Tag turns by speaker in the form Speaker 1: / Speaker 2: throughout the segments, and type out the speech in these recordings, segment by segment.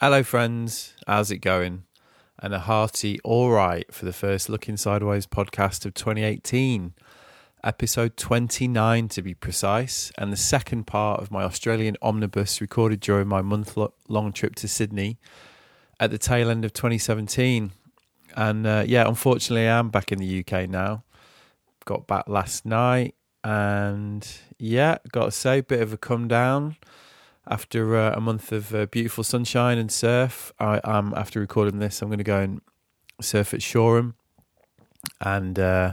Speaker 1: Hello, friends. How's it going? And a hearty all right for the first Looking Sideways podcast of 2018, episode 29 to be precise, and the second part of my Australian omnibus recorded during my month lo- long trip to Sydney at the tail end of 2017. And uh, yeah, unfortunately, I'm back in the UK now. Got back last night, and yeah, got to say, bit of a come down after uh, a month of uh, beautiful sunshine and surf. I am after recording this. I'm going to go and surf at Shoreham, and uh,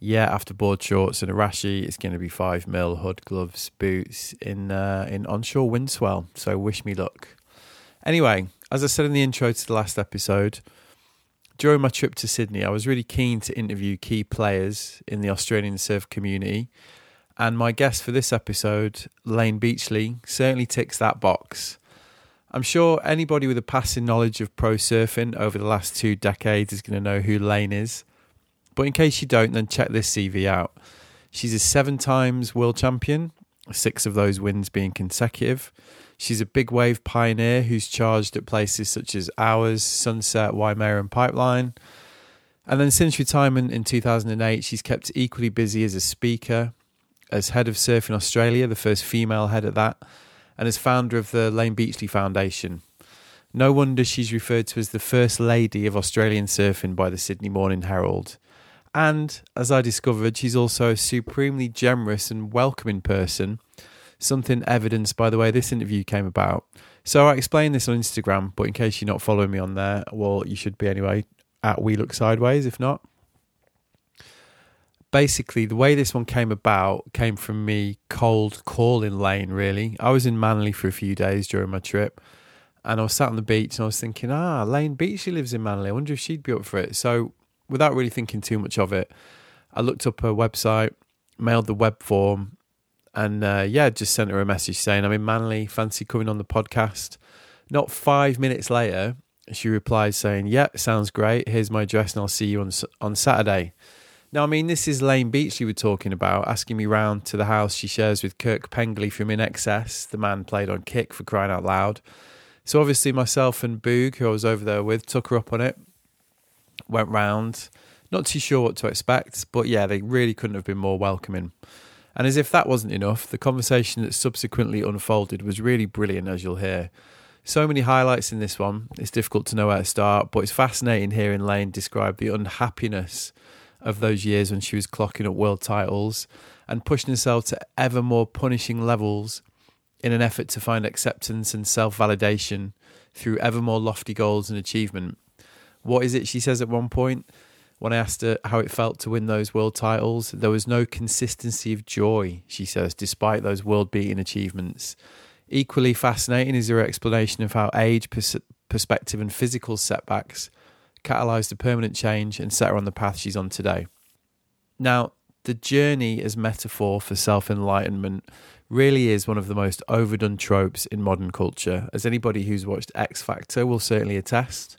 Speaker 1: yeah, after board shorts and a rashi, it's going to be five mil hood, gloves, boots in uh, in onshore windswell. So wish me luck. Anyway, as I said in the intro to the last episode. During my trip to Sydney, I was really keen to interview key players in the Australian surf community and my guest for this episode, Lane Beachley, certainly ticks that box. I'm sure anybody with a passing knowledge of pro surfing over the last two decades is going to know who Lane is. But in case you don't, then check this CV out. She's a seven times world champion, six of those wins being consecutive. She's a big wave pioneer who's charged at places such as Ours, Sunset, Waimea, and Pipeline. And then since retirement in 2008, she's kept equally busy as a speaker, as head of Surfing Australia, the first female head at that, and as founder of the Lane Beachley Foundation. No wonder she's referred to as the first lady of Australian surfing by the Sydney Morning Herald. And as I discovered, she's also a supremely generous and welcoming person, something evidenced by the way this interview came about. So I explained this on Instagram, but in case you're not following me on there, well, you should be anyway, at We Look Sideways, if not basically the way this one came about came from me cold calling lane really i was in manly for a few days during my trip and i was sat on the beach and i was thinking ah lane beach she lives in manly i wonder if she'd be up for it so without really thinking too much of it i looked up her website mailed the web form and uh, yeah just sent her a message saying i'm in manly fancy coming on the podcast not five minutes later she replied saying yeah sounds great here's my address and i'll see you on, S- on saturday now, I mean, this is Lane Beachley we're talking about, asking me round to the house she shares with Kirk Pengley from In Excess, the man played on Kick for crying out loud. So obviously, myself and Boog, who I was over there with, took her up on it, went round. Not too sure what to expect, but yeah, they really couldn't have been more welcoming. And as if that wasn't enough, the conversation that subsequently unfolded was really brilliant, as you'll hear. So many highlights in this one, it's difficult to know where to start, but it's fascinating hearing Lane describe the unhappiness of those years when she was clocking up world titles and pushing herself to ever more punishing levels in an effort to find acceptance and self validation through ever more lofty goals and achievement. What is it she says at one point? When I asked her how it felt to win those world titles, there was no consistency of joy, she says, despite those world beating achievements. Equally fascinating is her explanation of how age, pers- perspective, and physical setbacks catalysed a permanent change and set her on the path she's on today. Now, the journey as metaphor for self enlightenment really is one of the most overdone tropes in modern culture, as anybody who's watched X Factor will certainly attest.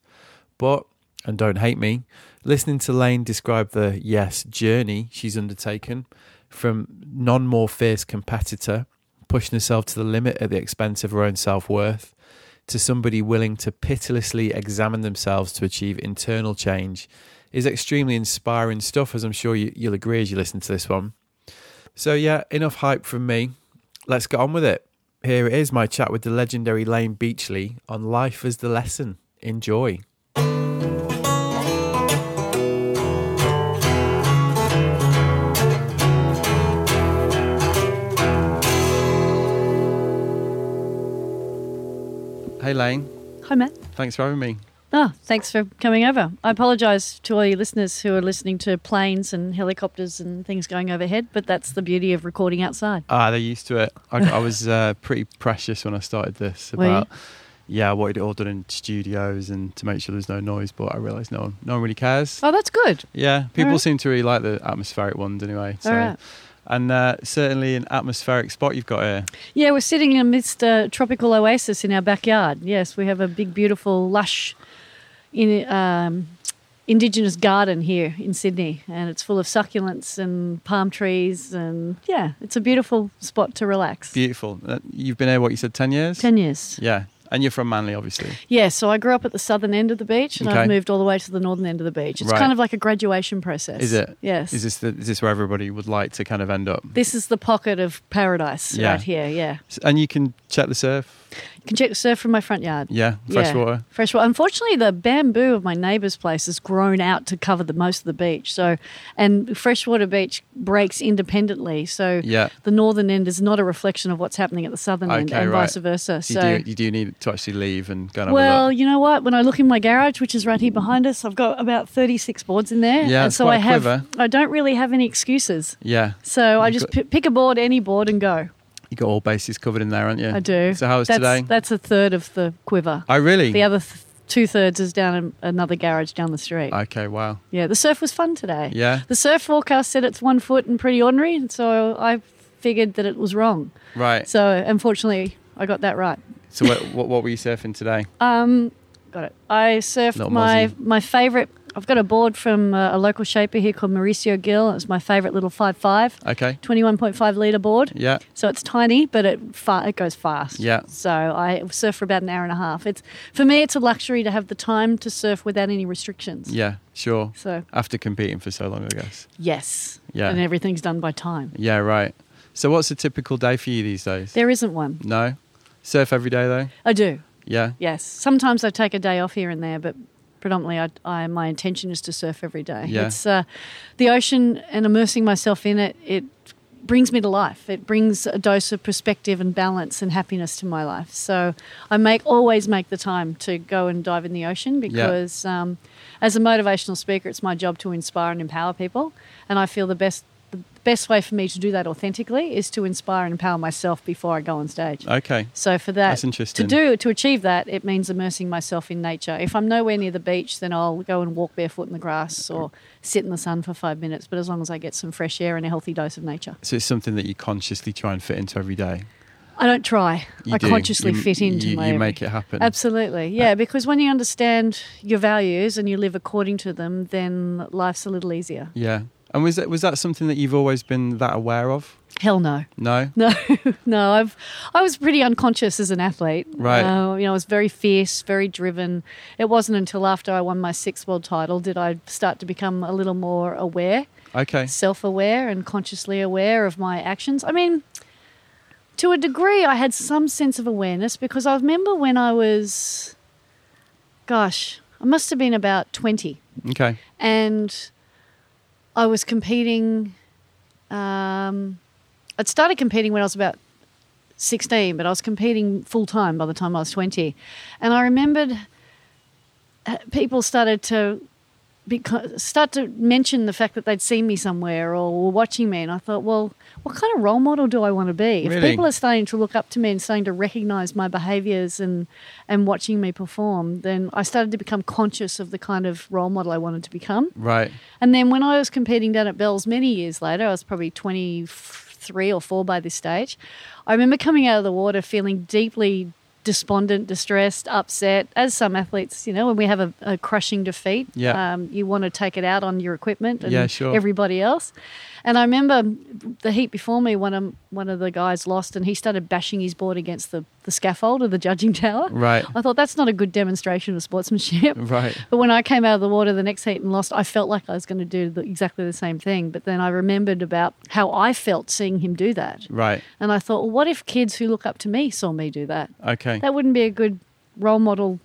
Speaker 1: But, and don't hate me, listening to Lane describe the yes journey she's undertaken from non more fierce competitor, pushing herself to the limit at the expense of her own self worth, to somebody willing to pitilessly examine themselves to achieve internal change is extremely inspiring stuff, as I'm sure you, you'll agree as you listen to this one. So, yeah, enough hype from me. Let's get on with it. Here it is my chat with the legendary Lane Beachley on Life as the Lesson. Enjoy. Hey, Lane.
Speaker 2: Hi, Matt.
Speaker 1: Thanks for having me.
Speaker 2: Ah, thanks for coming over. I apologise to all your listeners who are listening to planes and helicopters and things going overhead, but that's the beauty of recording outside.
Speaker 1: Ah, they're used to it. I, I was uh, pretty precious when I started this
Speaker 2: Were you?
Speaker 1: about. Yeah, I wanted it all done in studios and to make sure there's no noise, but I realised no one, no one really cares.
Speaker 2: Oh, that's good.
Speaker 1: Yeah, people
Speaker 2: right.
Speaker 1: seem to really like the atmospheric ones anyway. So,
Speaker 2: All right.
Speaker 1: and uh, certainly an atmospheric spot you've got here.
Speaker 2: Yeah, we're sitting amidst a tropical oasis in our backyard. Yes, we have a big, beautiful, lush in, um, indigenous garden here in Sydney, and it's full of succulents and palm trees. And yeah, it's a beautiful spot to relax.
Speaker 1: Beautiful. Uh, You've been here what you said ten years.
Speaker 2: 10 years.
Speaker 1: Yeah, And you're from Manly, obviously.
Speaker 2: Yeah, so I grew up at the southern end of the beach and I've
Speaker 1: Okay.
Speaker 2: moved all the way to the northern end of the beach. It's
Speaker 1: Right.
Speaker 2: kind of like a graduation process.
Speaker 1: Is it?
Speaker 2: Yes.
Speaker 1: Is this the, is this where everybody would like to kind of end up?
Speaker 2: this is the pocket of paradise
Speaker 1: Yeah.
Speaker 2: right here, yeah.
Speaker 1: S- And you can check the surf.
Speaker 2: You can check the surf from my front yard.
Speaker 1: Yeah, fresh
Speaker 2: Yeah,
Speaker 1: water.
Speaker 2: Fresh water. Unfortunately, the bamboo of my neighbour's place has grown out to cover the most of the beach. So, and freshwater beach breaks independently. So,
Speaker 1: Yeah.
Speaker 2: the northern end is not a reflection of what's happening at the southern end,
Speaker 1: Okay,
Speaker 2: and
Speaker 1: right.
Speaker 2: vice versa.
Speaker 1: So
Speaker 2: So,
Speaker 1: you do you do need to actually leave and go and have a
Speaker 2: well,
Speaker 1: look.
Speaker 2: you know what? When I look in my garage, which is right here behind us, I've got about thirty-six boards in there,
Speaker 1: Yeah,
Speaker 2: and
Speaker 1: it's
Speaker 2: so
Speaker 1: quite
Speaker 2: I
Speaker 1: a
Speaker 2: have.
Speaker 1: quiver.
Speaker 2: I don't really have any excuses,
Speaker 1: Yeah.
Speaker 2: so I
Speaker 1: You've
Speaker 2: just
Speaker 1: got-
Speaker 2: pi pick a board, any board, and go.
Speaker 1: You got all bases covered in there, aren't you?
Speaker 2: I do.
Speaker 1: So how was
Speaker 2: that's,
Speaker 1: today?
Speaker 2: That's a third of the quiver.
Speaker 1: I really.
Speaker 2: the other th- two thirds is down in another garage down the street.
Speaker 1: Okay. Wow.
Speaker 2: yeah, the surf was fun today.
Speaker 1: Yeah.
Speaker 2: The surf forecast said it's one foot and pretty ordinary, and so I figured that it was wrong.
Speaker 1: Right. So,
Speaker 2: So unfortunately, I got that right.
Speaker 1: what, what what were you surfing today?
Speaker 2: Um, got it. I surfed
Speaker 1: Little
Speaker 2: my
Speaker 1: mozzie.
Speaker 2: my favorite. I've got a board from uh, a local shaper here called Mauricio Gill. It's my favorite little five five.
Speaker 1: Okay.
Speaker 2: 21.5 litre board.
Speaker 1: Yeah.
Speaker 2: So it's tiny, but it fa- it goes fast.
Speaker 1: Yeah.
Speaker 2: So I surf for about an hour and a half. It's for me, it's a luxury to have the time to surf without any restrictions.
Speaker 1: Yeah. Sure.
Speaker 2: So
Speaker 1: After competing for so long, I guess.
Speaker 2: yes,
Speaker 1: Yeah.
Speaker 2: and everything's done by time.
Speaker 1: Yeah. Right. So what's a typical day for you these days?
Speaker 2: There isn't one.
Speaker 1: no. Surf every day though.
Speaker 2: I do.
Speaker 1: Yeah.
Speaker 2: Yes. Sometimes I take a day off here and there, but predominantly I, I my intention is to surf every day.
Speaker 1: Yeah.
Speaker 2: It's uh, the ocean and immersing myself in it. It brings me to life. It brings a dose of perspective and balance and happiness to my life. So I make always make the time to go and dive in the ocean because um, as a motivational speaker, it's my job to inspire and empower people, and I feel the best. the Best way for me to do that authentically is to inspire and empower myself before I go on stage.
Speaker 1: Okay.
Speaker 2: So for that,
Speaker 1: That's interesting.
Speaker 2: To do to achieve that, it means immersing myself in nature. If I'm nowhere near the beach, then I'll go and walk barefoot in the grass or sit in the sun for five minutes. But as long as I get some fresh air and a healthy dose of nature,
Speaker 1: So it's something that you consciously try and fit into every day.
Speaker 2: I don't try.
Speaker 1: You
Speaker 2: I
Speaker 1: do.
Speaker 2: consciously
Speaker 1: You-
Speaker 2: fit into
Speaker 1: you,
Speaker 2: my.
Speaker 1: You
Speaker 2: every-
Speaker 1: make it happen.
Speaker 2: Absolutely, yeah. Because when you understand your values and you live according to them, then life's a little easier.
Speaker 1: Yeah. And was that was that something that you've always been that aware of?
Speaker 2: Hell no.
Speaker 1: No.
Speaker 2: No, no. I've I was pretty unconscious as an athlete.
Speaker 1: Right.
Speaker 2: Uh, you know, I was very fierce, very driven. It wasn't until after I won my sixth world title did I start to become a little more aware,
Speaker 1: Okay.
Speaker 2: self-aware, and consciously aware of my actions. I mean, to a degree, I had some sense of awareness because I remember when I was, gosh, I must have been about twenty
Speaker 1: Okay.
Speaker 2: and I was competing. Um, I'd started competing when I was about 16, but I was competing full time by the time I was 20. And I remembered uh, people started to beco- start to mention the fact that they'd seen me somewhere or were watching me. And I thought, well, what kind of role model do I want to be? If
Speaker 1: Really?
Speaker 2: people are starting to look up to me and starting to recognize my behaviors and, and watching me perform, then I started to become conscious of the kind of role model I wanted to become.
Speaker 1: Right.
Speaker 2: And then when I was competing down at Bell's many years later, I was probably 23 or 4 by this stage. I remember coming out of the water feeling deeply despondent, distressed, upset, as some athletes, you know, when we have a, a crushing defeat,
Speaker 1: Yeah.
Speaker 2: um, you want to take it out on your equipment and
Speaker 1: Yeah, sure.
Speaker 2: everybody else. And I remember the heat before me, one of, one of the guys lost and he started bashing his board against the, the scaffold of the judging tower.
Speaker 1: Right.
Speaker 2: I thought that's not a good demonstration of sportsmanship.
Speaker 1: Right.
Speaker 2: But when I came out of the water the next heat and lost, I felt like I was going to do the, exactly the same thing. But then I remembered about how I felt seeing him do that.
Speaker 1: Right.
Speaker 2: And I thought, well, what if kids who look up to me saw me do that?
Speaker 1: Okay.
Speaker 2: That wouldn't be a good role model,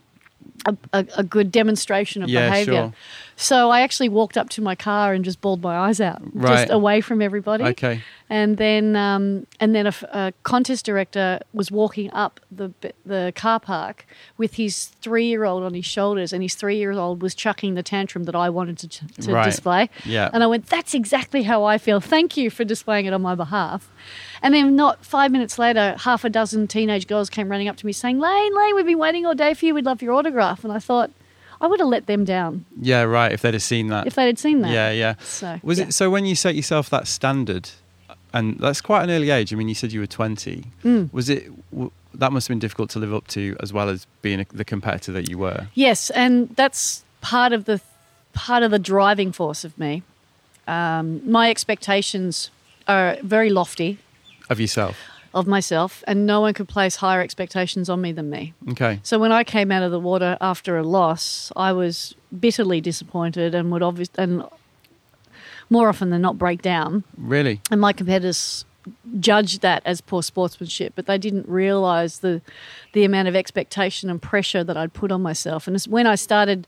Speaker 2: a, a, a good demonstration of
Speaker 1: Yeah,
Speaker 2: behavior.
Speaker 1: sure.
Speaker 2: So I actually walked up to my car and just bawled my eyes out,
Speaker 1: Right.
Speaker 2: just away from everybody.
Speaker 1: Okay.
Speaker 2: And then, um, and then a, f- a contest director was walking up the b- the car park with his three year old on his shoulders, and his three year old was chucking the tantrum that I wanted to, ch- to
Speaker 1: Right.
Speaker 2: display.
Speaker 1: Yeah.
Speaker 2: And I went, "That's exactly how I feel. Thank you for displaying it on my behalf." And then, not five minutes later, half a dozen teenage girls came running up to me saying, "Lane, Lane, we've been waiting all day for you. We'd love your autograph." And I thought, I would have let them down
Speaker 1: Yeah. Right. If they'd have seen that.
Speaker 2: if they'd seen that.
Speaker 1: Yeah. Yeah.
Speaker 2: So
Speaker 1: Was
Speaker 2: yeah.
Speaker 1: it so when you set yourself that standard, and that's quite an early age? I mean, you said you were twenty.
Speaker 2: Mm.
Speaker 1: Was it w- that must have been difficult to live up to, as well as being a, the competitor that you were?
Speaker 2: Yes, and that's part of the part of the driving force of me. Um, my expectations are very lofty
Speaker 1: Of yourself,
Speaker 2: of myself, and no one could place higher expectations on me than me.
Speaker 1: Okay.
Speaker 2: So when I came out of the water after a loss, I was bitterly disappointed and would obviously and more often than not break down.
Speaker 1: Really?
Speaker 2: And my competitors judged that as poor sportsmanship, but they didn't realise the the amount of expectation and pressure that I'd put on myself. And it's when I started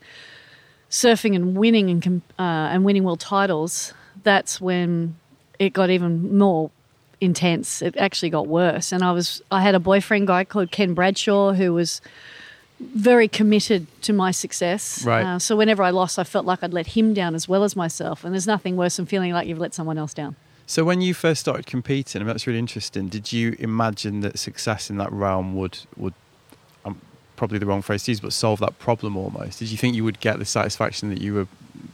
Speaker 2: surfing and winning and com- uh, and winning world titles, that's when it got even more intense. It actually got worse. And I was I had a boyfriend guy called Ken Bradshaw who was very committed to my success.
Speaker 1: Right.
Speaker 2: Uh, so whenever I lost, I felt like I'd let him down as well as myself. And there's nothing worse than feeling like you've let someone else down.
Speaker 1: So when you first started competing, and that's really interesting, did you imagine that success in that realm would would um, probably the wrong phrase to use, but solve that problem almost? Did you think you would get the satisfaction that you were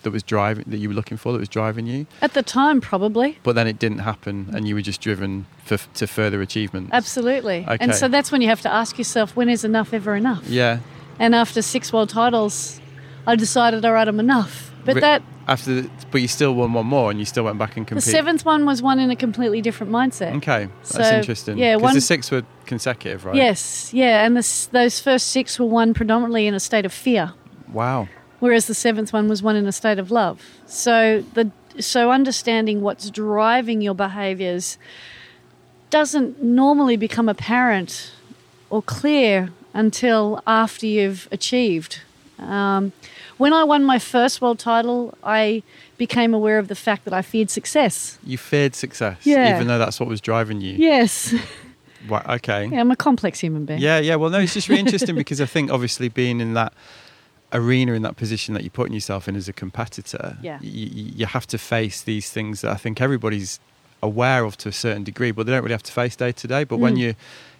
Speaker 1: that was driving that you were looking for, that was driving you?
Speaker 2: At the time, probably.
Speaker 1: But then it didn't happen, and you were just driven for, to further achievements.
Speaker 2: Absolutely.
Speaker 1: Okay.
Speaker 2: And so that's when you have to ask yourself, when is enough ever enough?
Speaker 1: Yeah.
Speaker 2: And after six world titles, I decided, all right, I'm enough. But
Speaker 1: Re-
Speaker 2: that
Speaker 1: after, the, but you still won one more, and you still went back and
Speaker 2: the
Speaker 1: competed.
Speaker 2: seventh one was one in a completely different mindset.
Speaker 1: Okay, that's
Speaker 2: So,
Speaker 1: interesting.
Speaker 2: yeah,
Speaker 1: because
Speaker 2: one-
Speaker 1: the six were consecutive, right?
Speaker 2: Yes, yeah, and this, those first six were won predominantly in a state of fear,
Speaker 1: Wow.
Speaker 2: whereas the seventh one was won in a state of love. So the so understanding what's driving your behaviours doesn't normally become apparent or clear until after you've achieved. Um, when I won my first world title, I became aware of the fact that I feared success.
Speaker 1: You feared success,
Speaker 2: Yeah.
Speaker 1: even though that's what was driving you.
Speaker 2: Yes,
Speaker 1: Wow, okay.
Speaker 2: yeah, I'm a complex human being.
Speaker 1: Yeah, yeah. Well, no, it's just really interesting because I think obviously being in that arena, in that position that you're putting yourself in as a competitor,
Speaker 2: Yeah.
Speaker 1: you, you have to face these things that I think everybody's aware of to a certain degree, but they don't really have to face day to day. But when
Speaker 2: Mm.
Speaker 1: you're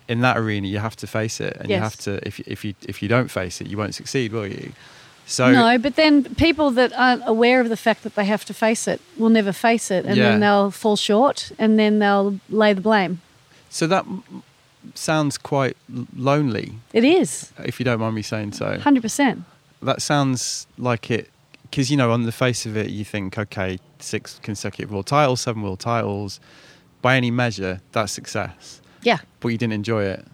Speaker 1: in that arena, you have to face it, and you
Speaker 2: Yes.
Speaker 1: have to if you- if you if you don't face it, you won't succeed, will you? So
Speaker 2: no, but then people that aren't aware of the fact that they have to face it will never face it, and
Speaker 1: Yeah.
Speaker 2: then they'll fall short, and then they'll lay the blame.
Speaker 1: so that m- sounds quite l- lonely,
Speaker 2: It is
Speaker 1: if you don't mind me saying so.
Speaker 2: hundred percent.
Speaker 1: that sounds like it because you know on the face of it you think okay six consecutive world titles seven world titles by any measure that's success
Speaker 2: Yeah,
Speaker 1: but you didn't enjoy it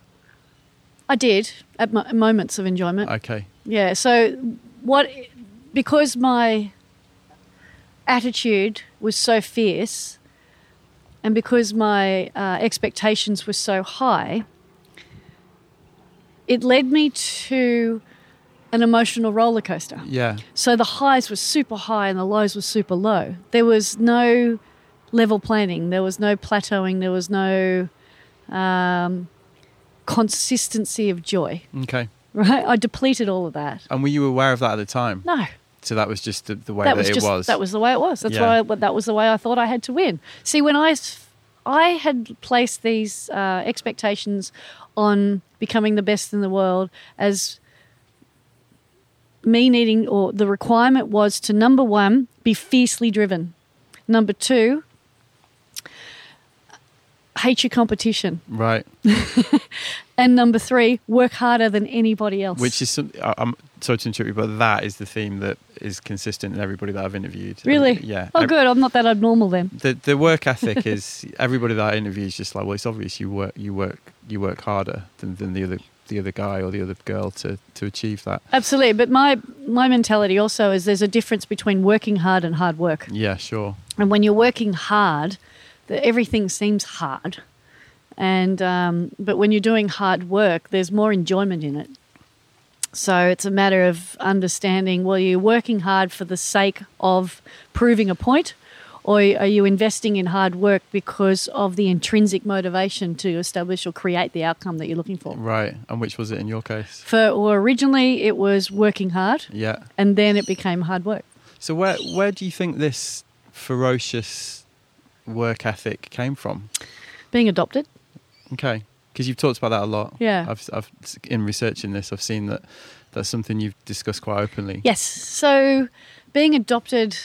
Speaker 2: I did at mo- moments of enjoyment.
Speaker 1: okay
Speaker 2: Yeah. So what? Because my attitude was so fierce, and because my uh, expectations were so high, it led me to an emotional roller coaster.
Speaker 1: yeah
Speaker 2: So the highs were super high and the lows were super low. There was no level planning, there was no plateauing, there was no um, consistency of joy,
Speaker 1: okay
Speaker 2: right? I depleted all of that.
Speaker 1: and were you aware of that at the time
Speaker 2: No,
Speaker 1: so that was just the, the way
Speaker 2: that
Speaker 1: that,
Speaker 2: was
Speaker 1: it
Speaker 2: just
Speaker 1: was
Speaker 2: that was the way it was. That's
Speaker 1: Yeah.
Speaker 2: why I, that was the way I thought I had to win. See, when I s- I had placed these uh, expectations on becoming the best in the world as me needing or the requirement was to number one be fiercely driven, number two hate your competition,
Speaker 1: right
Speaker 2: and number three work harder than anybody else.
Speaker 1: which is some, I- i'm sorry to interrupt you but that is the theme that is consistent in everybody that i've interviewed
Speaker 2: really
Speaker 1: yeah
Speaker 2: Oh,
Speaker 1: Ev-
Speaker 2: good. I'm not that abnormal then.
Speaker 1: the the work ethic is everybody that I interview is just like, well, it's obvious you work you work you work harder than, than the other the other guy or the other girl to to achieve that.
Speaker 2: Absolutely, but my my mentality also is there's a difference between working hard and hard work.
Speaker 1: Yeah, sure.
Speaker 2: And when you're working hard, the, everything seems hard. And um, but when you're doing hard work, there's more enjoyment in it. So it's a matter of understanding: well, you're working hard for the sake of proving a point, or are you investing in hard work because of the intrinsic motivation to establish or create the outcome that you're looking for?
Speaker 1: Right. And which was it in your case?
Speaker 2: For well, originally it was working hard,
Speaker 1: Yeah.
Speaker 2: and then it became hard work.
Speaker 1: So where where do you think this ferocious work ethic came from?
Speaker 2: Being adopted,
Speaker 1: Okay. Because you've talked about that a lot.
Speaker 2: yeah,
Speaker 1: I've, I've in researching this, I've seen that that's something you've discussed quite openly.
Speaker 2: yes. So being adopted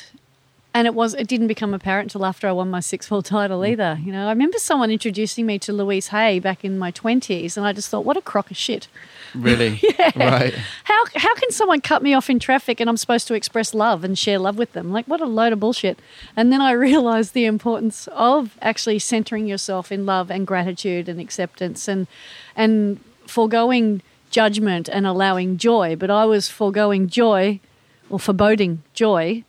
Speaker 2: and it was it didn't become apparent till after I won my six world title either. You know, I remember someone introducing me to Louise Hay back in my twenties, and I just thought, what a crock of shit.
Speaker 1: Really? Right.
Speaker 2: How how can someone cut me off in traffic and I'm supposed to express love and share love with them? Like what a load of bullshit. And then I realized the importance of actually centering yourself in love and gratitude and acceptance and and foregoing judgment and allowing joy. But I was foregoing joy or foreboding joy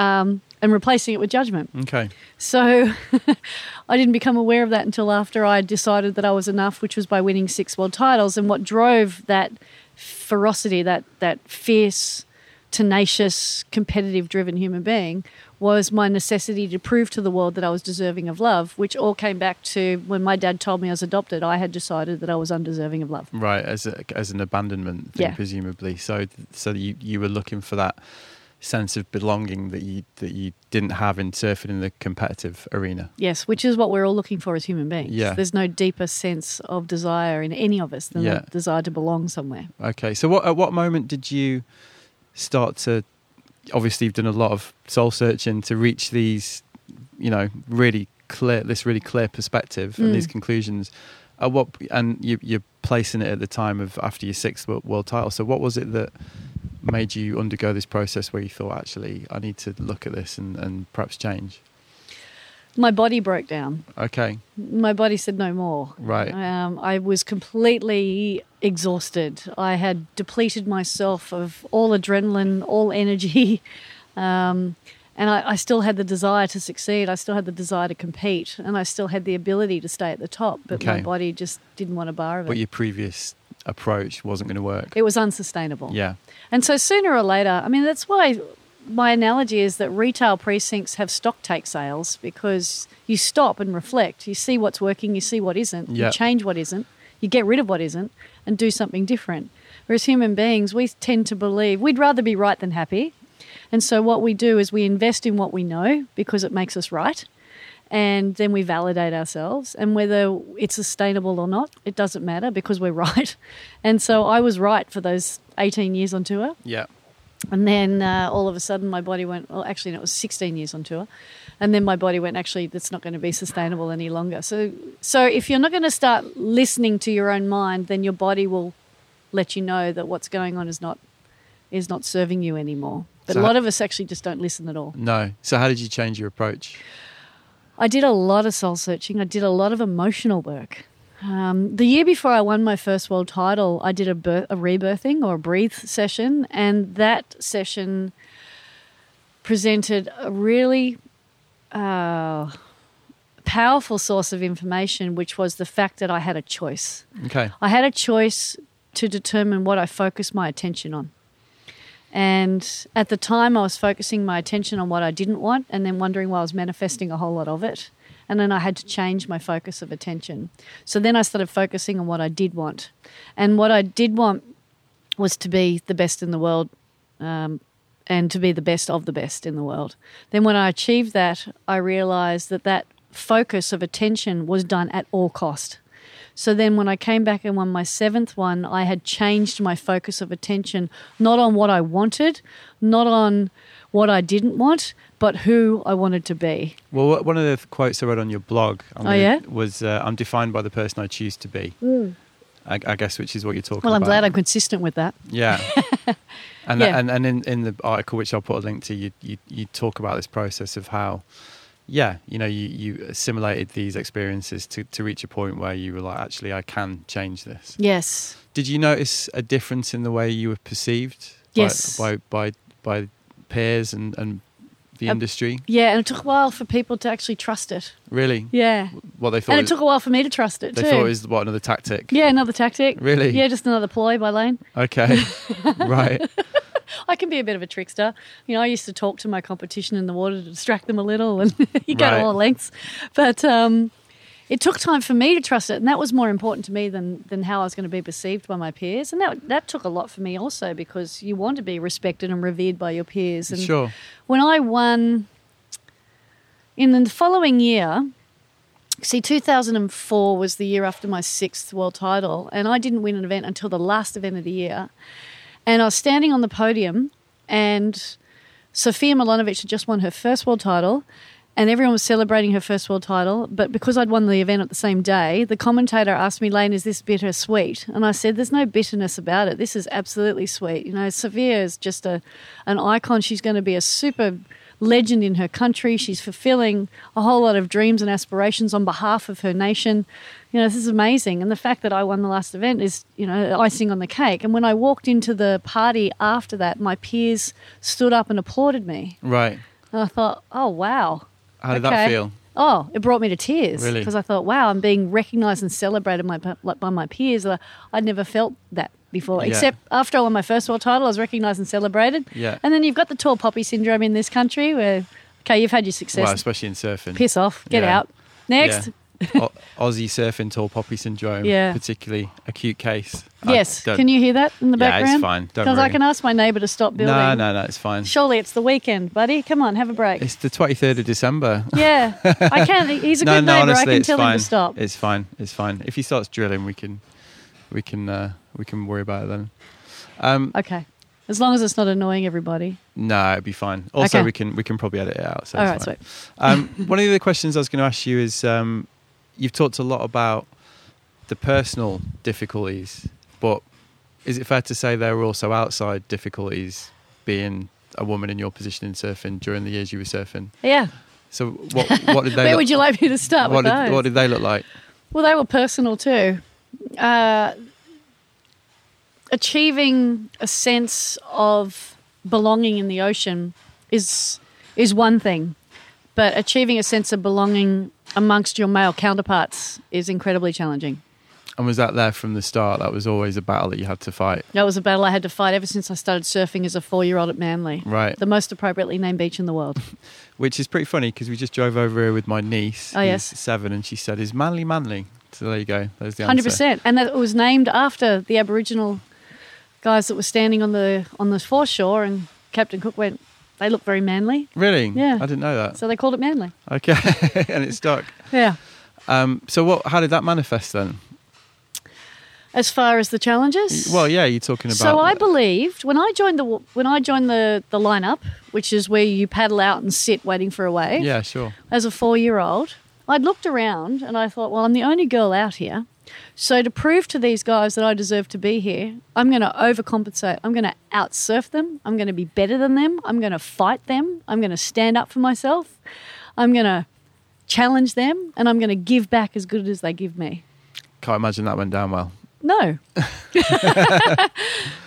Speaker 2: um, and replacing it with judgment.
Speaker 1: Okay.
Speaker 2: So I didn't become aware of that until after I decided that I was enough, which was by winning six world titles. And what drove that ferocity, that that fierce, tenacious, competitive driven human being was my necessity to prove to the world that I was deserving of love, which all came back to when my dad told me I was adopted, I had decided that I was undeserving of love.
Speaker 1: Right. As a, as an abandonment thing,
Speaker 2: Yeah.
Speaker 1: presumably. So so you you were looking for that sense of belonging that you that you didn't have in surfing in the competitive arena.
Speaker 2: Yes, which is what we're all looking for as human beings.
Speaker 1: Yeah.
Speaker 2: There's no deeper sense of desire in any of us than
Speaker 1: Yeah.
Speaker 2: the desire to belong somewhere.
Speaker 1: Okay. So what at what moment did you start to obviously you've done a lot of soul searching to reach these you know really clear this really clear perspective and these
Speaker 2: Mm.
Speaker 1: conclusions at what and you you're placing it at the time of after your sixth world, world title. So what was it that made you undergo this process where you thought actually I need to look at this and, and perhaps change?
Speaker 2: My body broke down.
Speaker 1: Okay.
Speaker 2: My body said no more.
Speaker 1: Right.
Speaker 2: Um, I was completely exhausted. I had depleted myself of all adrenaline, all energy. Um, and I, I still had the desire to succeed. I still had the desire to compete. And I still had the ability to stay at the top. But my
Speaker 1: Okay.
Speaker 2: body just didn't want a bar of
Speaker 1: But
Speaker 2: it.
Speaker 1: your previous approach wasn't going to work.
Speaker 2: it was unsustainable.
Speaker 1: Yeah.
Speaker 2: And so sooner or later, I mean, that's why my analogy is that retail precincts have stock take sales because you stop and reflect. You see what's working, you see what isn't,
Speaker 1: Yeah.
Speaker 2: you change what isn't, you get rid of what isn't, and do something different. Whereas human beings, we tend to believe we'd rather be right than happy. And so what we do is we invest in what we know because it makes us right. And then we validate ourselves. And whether it's sustainable or not, it doesn't matter because we're right. And so I was right for those 18 years on tour.
Speaker 1: Yeah.
Speaker 2: And then uh, all of a sudden, my body went. Well, actually, no, it was 16 years on tour, and then my body went. Actually, that's not going to be sustainable any longer. So, so if you're not going to start listening to your own mind, then your body will let you know that what's going on is not is not serving you anymore. But
Speaker 1: So
Speaker 2: a
Speaker 1: how-
Speaker 2: lot of us actually just don't listen at all.
Speaker 1: No. So how did you change your approach?
Speaker 2: I did a lot of soul searching. I did a lot of emotional work. Um, the year before I won my first world title, I did a, bir- a rebirthing or a breathe session, and that session presented a really uh, powerful source of information, which was the fact that I had a choice.
Speaker 1: Okay.
Speaker 2: I had a choice to determine what I focused my attention on. And at the time, I was focusing my attention on what I didn't want and then wondering why I was manifesting a whole lot of it. And then I had to change my focus of attention. So then I started focusing on what I did want. And what I did want was to be the best in the world um, and to be the best of the best in the world. Then when I achieved that, I realized that that focus of attention was done at all cost. So then when I came back and won my seventh one, I had changed my focus of attention not on what I wanted, not on what I didn't want, but who I wanted to be.
Speaker 1: Well, wha- one of the th- quotes I read on your blog I'm
Speaker 2: Oh,
Speaker 1: gonna-
Speaker 2: yeah? Hmm.
Speaker 1: was uh, I'm defined by the person I choose to be. I, I guess, which is what you're talking
Speaker 2: Well, I'm
Speaker 1: about.
Speaker 2: glad I'm consistent with that.
Speaker 1: Yeah. and,
Speaker 2: Yeah.
Speaker 1: and and in, in the article, which I'll put a link to, you, you, you talk about this process of how, yeah, you know, you, you assimilated these experiences to, to reach a point where you were like, actually, I can change this.
Speaker 2: Yes.
Speaker 1: Did you notice a difference in the way you were perceived?
Speaker 2: Yes.
Speaker 1: By, by, by, by peers and, and the
Speaker 2: Uh,
Speaker 1: industry?
Speaker 2: Yeah, and it took a while for people to actually trust it.
Speaker 1: Really?
Speaker 2: Yeah.
Speaker 1: What they thought
Speaker 2: And it
Speaker 1: is-
Speaker 2: took a while for me to trust it
Speaker 1: they
Speaker 2: too.
Speaker 1: thought it was what another tactic.
Speaker 2: yeah, another tactic.
Speaker 1: Really?
Speaker 2: Yeah, just another ploy by Lane.
Speaker 1: Okay. right.
Speaker 2: I can be a bit of a trickster. You know, I used to talk to my competition in the water to distract them a little, and you go
Speaker 1: Right.
Speaker 2: to all lengths. But um, it took time for me to trust it, and that was more important to me than than how I was going to be perceived by my peers. And that that took a lot for me also because you want to be respected and revered by your peers. And
Speaker 1: Sure.
Speaker 2: when I won in the following year, see, 2004 was the year after my sixth world title, and I didn't win an event until the last event of the year. And I was standing on the podium, and Sophia Milanovic had just won her first world title, and everyone was celebrating her first world title. But because I'd won the event at the same day, the commentator asked me, Lane, is this bittersweet? And I said, There's no bitterness about it. This is absolutely sweet. You know, Sophia is just a, an icon. She's going to be a super legend in her country. She's fulfilling a whole lot of dreams and aspirations on behalf of her nation. You know, this is amazing. And the fact that I won the last event is, you know, icing on the cake. And when I walked into the party after that, my peers stood up and applauded me.
Speaker 1: Right.
Speaker 2: And I thought, oh, wow.
Speaker 1: How did that
Speaker 2: Okay.
Speaker 1: feel?
Speaker 2: Oh, it brought me to tears
Speaker 1: Really?
Speaker 2: because I thought, wow, I'm being recognised and celebrated my, like, by my peers. Uh, I'd never felt that before,
Speaker 1: Yeah.
Speaker 2: except after I won my first world title, I was recognised and celebrated.
Speaker 1: Yeah.
Speaker 2: And then you've got the tall poppy syndrome in this country where, okay, you've had your success.
Speaker 1: Well, especially in surfing.
Speaker 2: Piss off, get
Speaker 1: Yeah.
Speaker 2: out. Next.
Speaker 1: Yeah. O- Aussie surfing tall poppy syndrome,
Speaker 2: Yeah.
Speaker 1: particularly acute case.
Speaker 2: Yes. Can you hear that in the
Speaker 1: Yeah, it's
Speaker 2: background?
Speaker 1: fine. Don't
Speaker 2: Because I
Speaker 1: worry.
Speaker 2: can ask my neighbour to stop building.
Speaker 1: No, no, no, it's fine.
Speaker 2: Surely it's the weekend, buddy. Come on, have a break.
Speaker 1: It's the 23rd of December.
Speaker 2: yeah. I can. He's a
Speaker 1: no,
Speaker 2: good
Speaker 1: no,
Speaker 2: neighbour.
Speaker 1: honestly,
Speaker 2: I can
Speaker 1: it's
Speaker 2: tell
Speaker 1: fine.
Speaker 2: him to stop.
Speaker 1: It's fine. It's fine. If he starts drilling, we can, we can, uh, we can worry about it then. Um,
Speaker 2: okay. As long as it's not annoying everybody.
Speaker 1: no, it'd be fine. Also,
Speaker 2: Okay.
Speaker 1: we can we can probably edit it out. So
Speaker 2: All
Speaker 1: it's
Speaker 2: right,
Speaker 1: fine.
Speaker 2: sweet.
Speaker 1: Um, one of the other questions I was going to ask you is um, you've talked a lot about the personal difficulties, but is it fair to say there were also outside difficulties being a woman in your position in surfing during the years you were surfing?
Speaker 2: Yeah.
Speaker 1: So what, what did they
Speaker 2: Where
Speaker 1: look,
Speaker 2: would you like me to start
Speaker 1: what,
Speaker 2: with
Speaker 1: did,
Speaker 2: those?
Speaker 1: what did they look like?
Speaker 2: well, they were personal too. Uh, achieving a sense of belonging in the ocean is is one thing, but achieving a sense of belonging amongst your male counterparts is incredibly challenging.
Speaker 1: And was that there from the start? That was always a battle that you had to fight.
Speaker 2: That was a battle I had to fight ever since I started surfing as a four year old at Manly,
Speaker 1: Right,
Speaker 2: the most appropriately named beach in the world.
Speaker 1: which is pretty funny because we just drove over here with my niece,
Speaker 2: Oh,
Speaker 1: who's
Speaker 2: yes.
Speaker 1: seven, and she said, "Is manly manly?" So there you go. There's the
Speaker 2: Hundred
Speaker 1: answer.
Speaker 2: percent, and that it was named after the Aboriginal guys that were standing on the on the foreshore. And Captain Cook went, "They look very manly,"
Speaker 1: Really?
Speaker 2: Yeah.
Speaker 1: I didn't know that.
Speaker 2: so they called it Manly.
Speaker 1: Okay, and it stuck.
Speaker 2: Yeah.
Speaker 1: Um, so what? How did that manifest then?
Speaker 2: As far as the challenges,
Speaker 1: Well, yeah, you're talking about.
Speaker 2: So I believed when I joined the when I joined the the lineup, which is where you paddle out and sit waiting for a wave.
Speaker 1: Yeah, sure.
Speaker 2: as a four year old, I'd looked around and I thought, well, I'm the only girl out here. So to prove to these guys that I deserve to be here, I'm going to overcompensate. I'm going to outsurf them. I'm going to be better than them. I'm going to fight them. I'm going to stand up for myself. I'm going to challenge them and I'm going to give back as good as they give me.
Speaker 1: Can't imagine that went down well.
Speaker 2: No.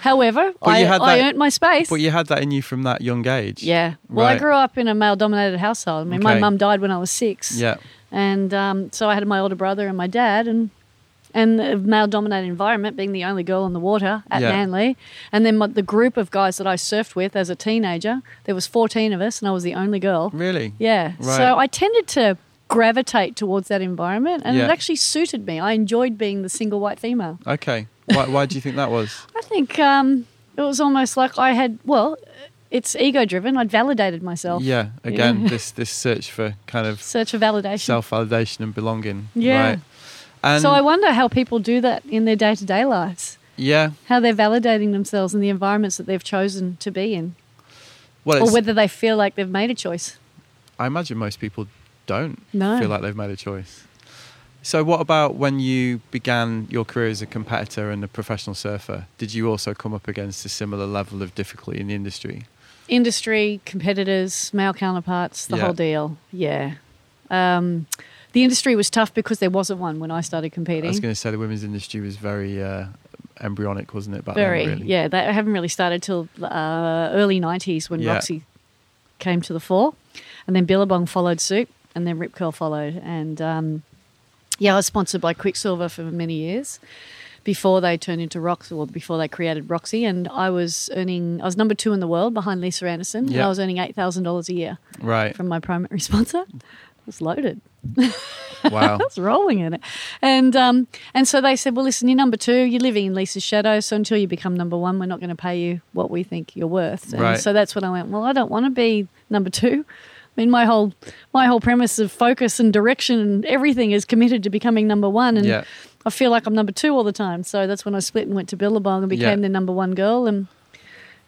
Speaker 2: However, I,
Speaker 1: you had
Speaker 2: I
Speaker 1: that-
Speaker 2: earned my space.
Speaker 1: But you had that in you from that young age.
Speaker 2: yeah. Well, I
Speaker 1: Right.
Speaker 2: grew up in a male dominated household. I mean, my
Speaker 1: Okay.
Speaker 2: mum died when I was six.
Speaker 1: Yeah.
Speaker 2: and um, so I had my older brother and my dad, and and a male-dominated environment, being the only girl on the water at
Speaker 1: Yeah.
Speaker 2: Manly, and then my, the group of guys that I surfed with as a teenager, there was fourteen of us, and I was the only girl.
Speaker 1: Really.
Speaker 2: Yeah,
Speaker 1: Mm. Right.
Speaker 2: so I tended to gravitate towards that environment, and
Speaker 1: Yeah.
Speaker 2: it actually suited me. I enjoyed being the single white female.
Speaker 1: Okay. Why, why do you think that was?
Speaker 2: I think um, it was almost like I had well, it's ego-driven. I'd validated myself.
Speaker 1: Yeah. Again, this this search for kind of
Speaker 2: Search for validation.
Speaker 1: self validation and belonging.
Speaker 2: Yeah.
Speaker 1: Right. And
Speaker 2: so I wonder how people do that in their day-to-day lives.
Speaker 1: yeah.
Speaker 2: how they're validating themselves in the environments that they've chosen to be in,
Speaker 1: Well,
Speaker 2: or
Speaker 1: it's,
Speaker 2: whether they feel like they've made a choice.
Speaker 1: I imagine most people don't
Speaker 2: No.
Speaker 1: feel like they've made a choice. So, what about when you began your career as a competitor and a professional surfer? Did you also come up against a similar level of difficulty in the industry?
Speaker 2: Industry, competitors, male counterparts, the
Speaker 1: Yeah.
Speaker 2: whole deal. Yeah. Um, the industry was tough because there wasn't one when I
Speaker 1: I
Speaker 2: started
Speaker 1: was
Speaker 2: competing.
Speaker 1: going to say the women's industry was very uh, embryonic, wasn't it? Back
Speaker 2: Very,
Speaker 1: then, really?
Speaker 2: yeah. They I haven't really started till uh, early '90s when
Speaker 1: Yeah.
Speaker 2: Roxy came to the fore, and then Billabong followed suit, and then Rip Curl followed. And um, yeah, I was sponsored by Quicksilver for many years before they turned into Roxy, or before they created Roxy. And I was earning, I was number two in the world behind Lisa Anderson, and
Speaker 1: Yeah.
Speaker 2: I was earning eight thousand dollars a year
Speaker 1: Right.
Speaker 2: from my primary sponsor. It was loaded.
Speaker 1: Wow.
Speaker 2: I was rolling in it. And um, and so they said, well, listen, you're number two. You're living in Lisa's shadow. So until you become number one, we're not going to pay you what we think you're worth. And
Speaker 1: Right.
Speaker 2: so that's when I went. Well, I don't want to be number two. I mean, my whole my whole premise of focus and direction and everything is committed to becoming number one. And
Speaker 1: Yeah.
Speaker 2: I feel like I'm number two all the time. So that's when I split and went to Billabong and
Speaker 1: Yeah.
Speaker 2: became the number one girl. And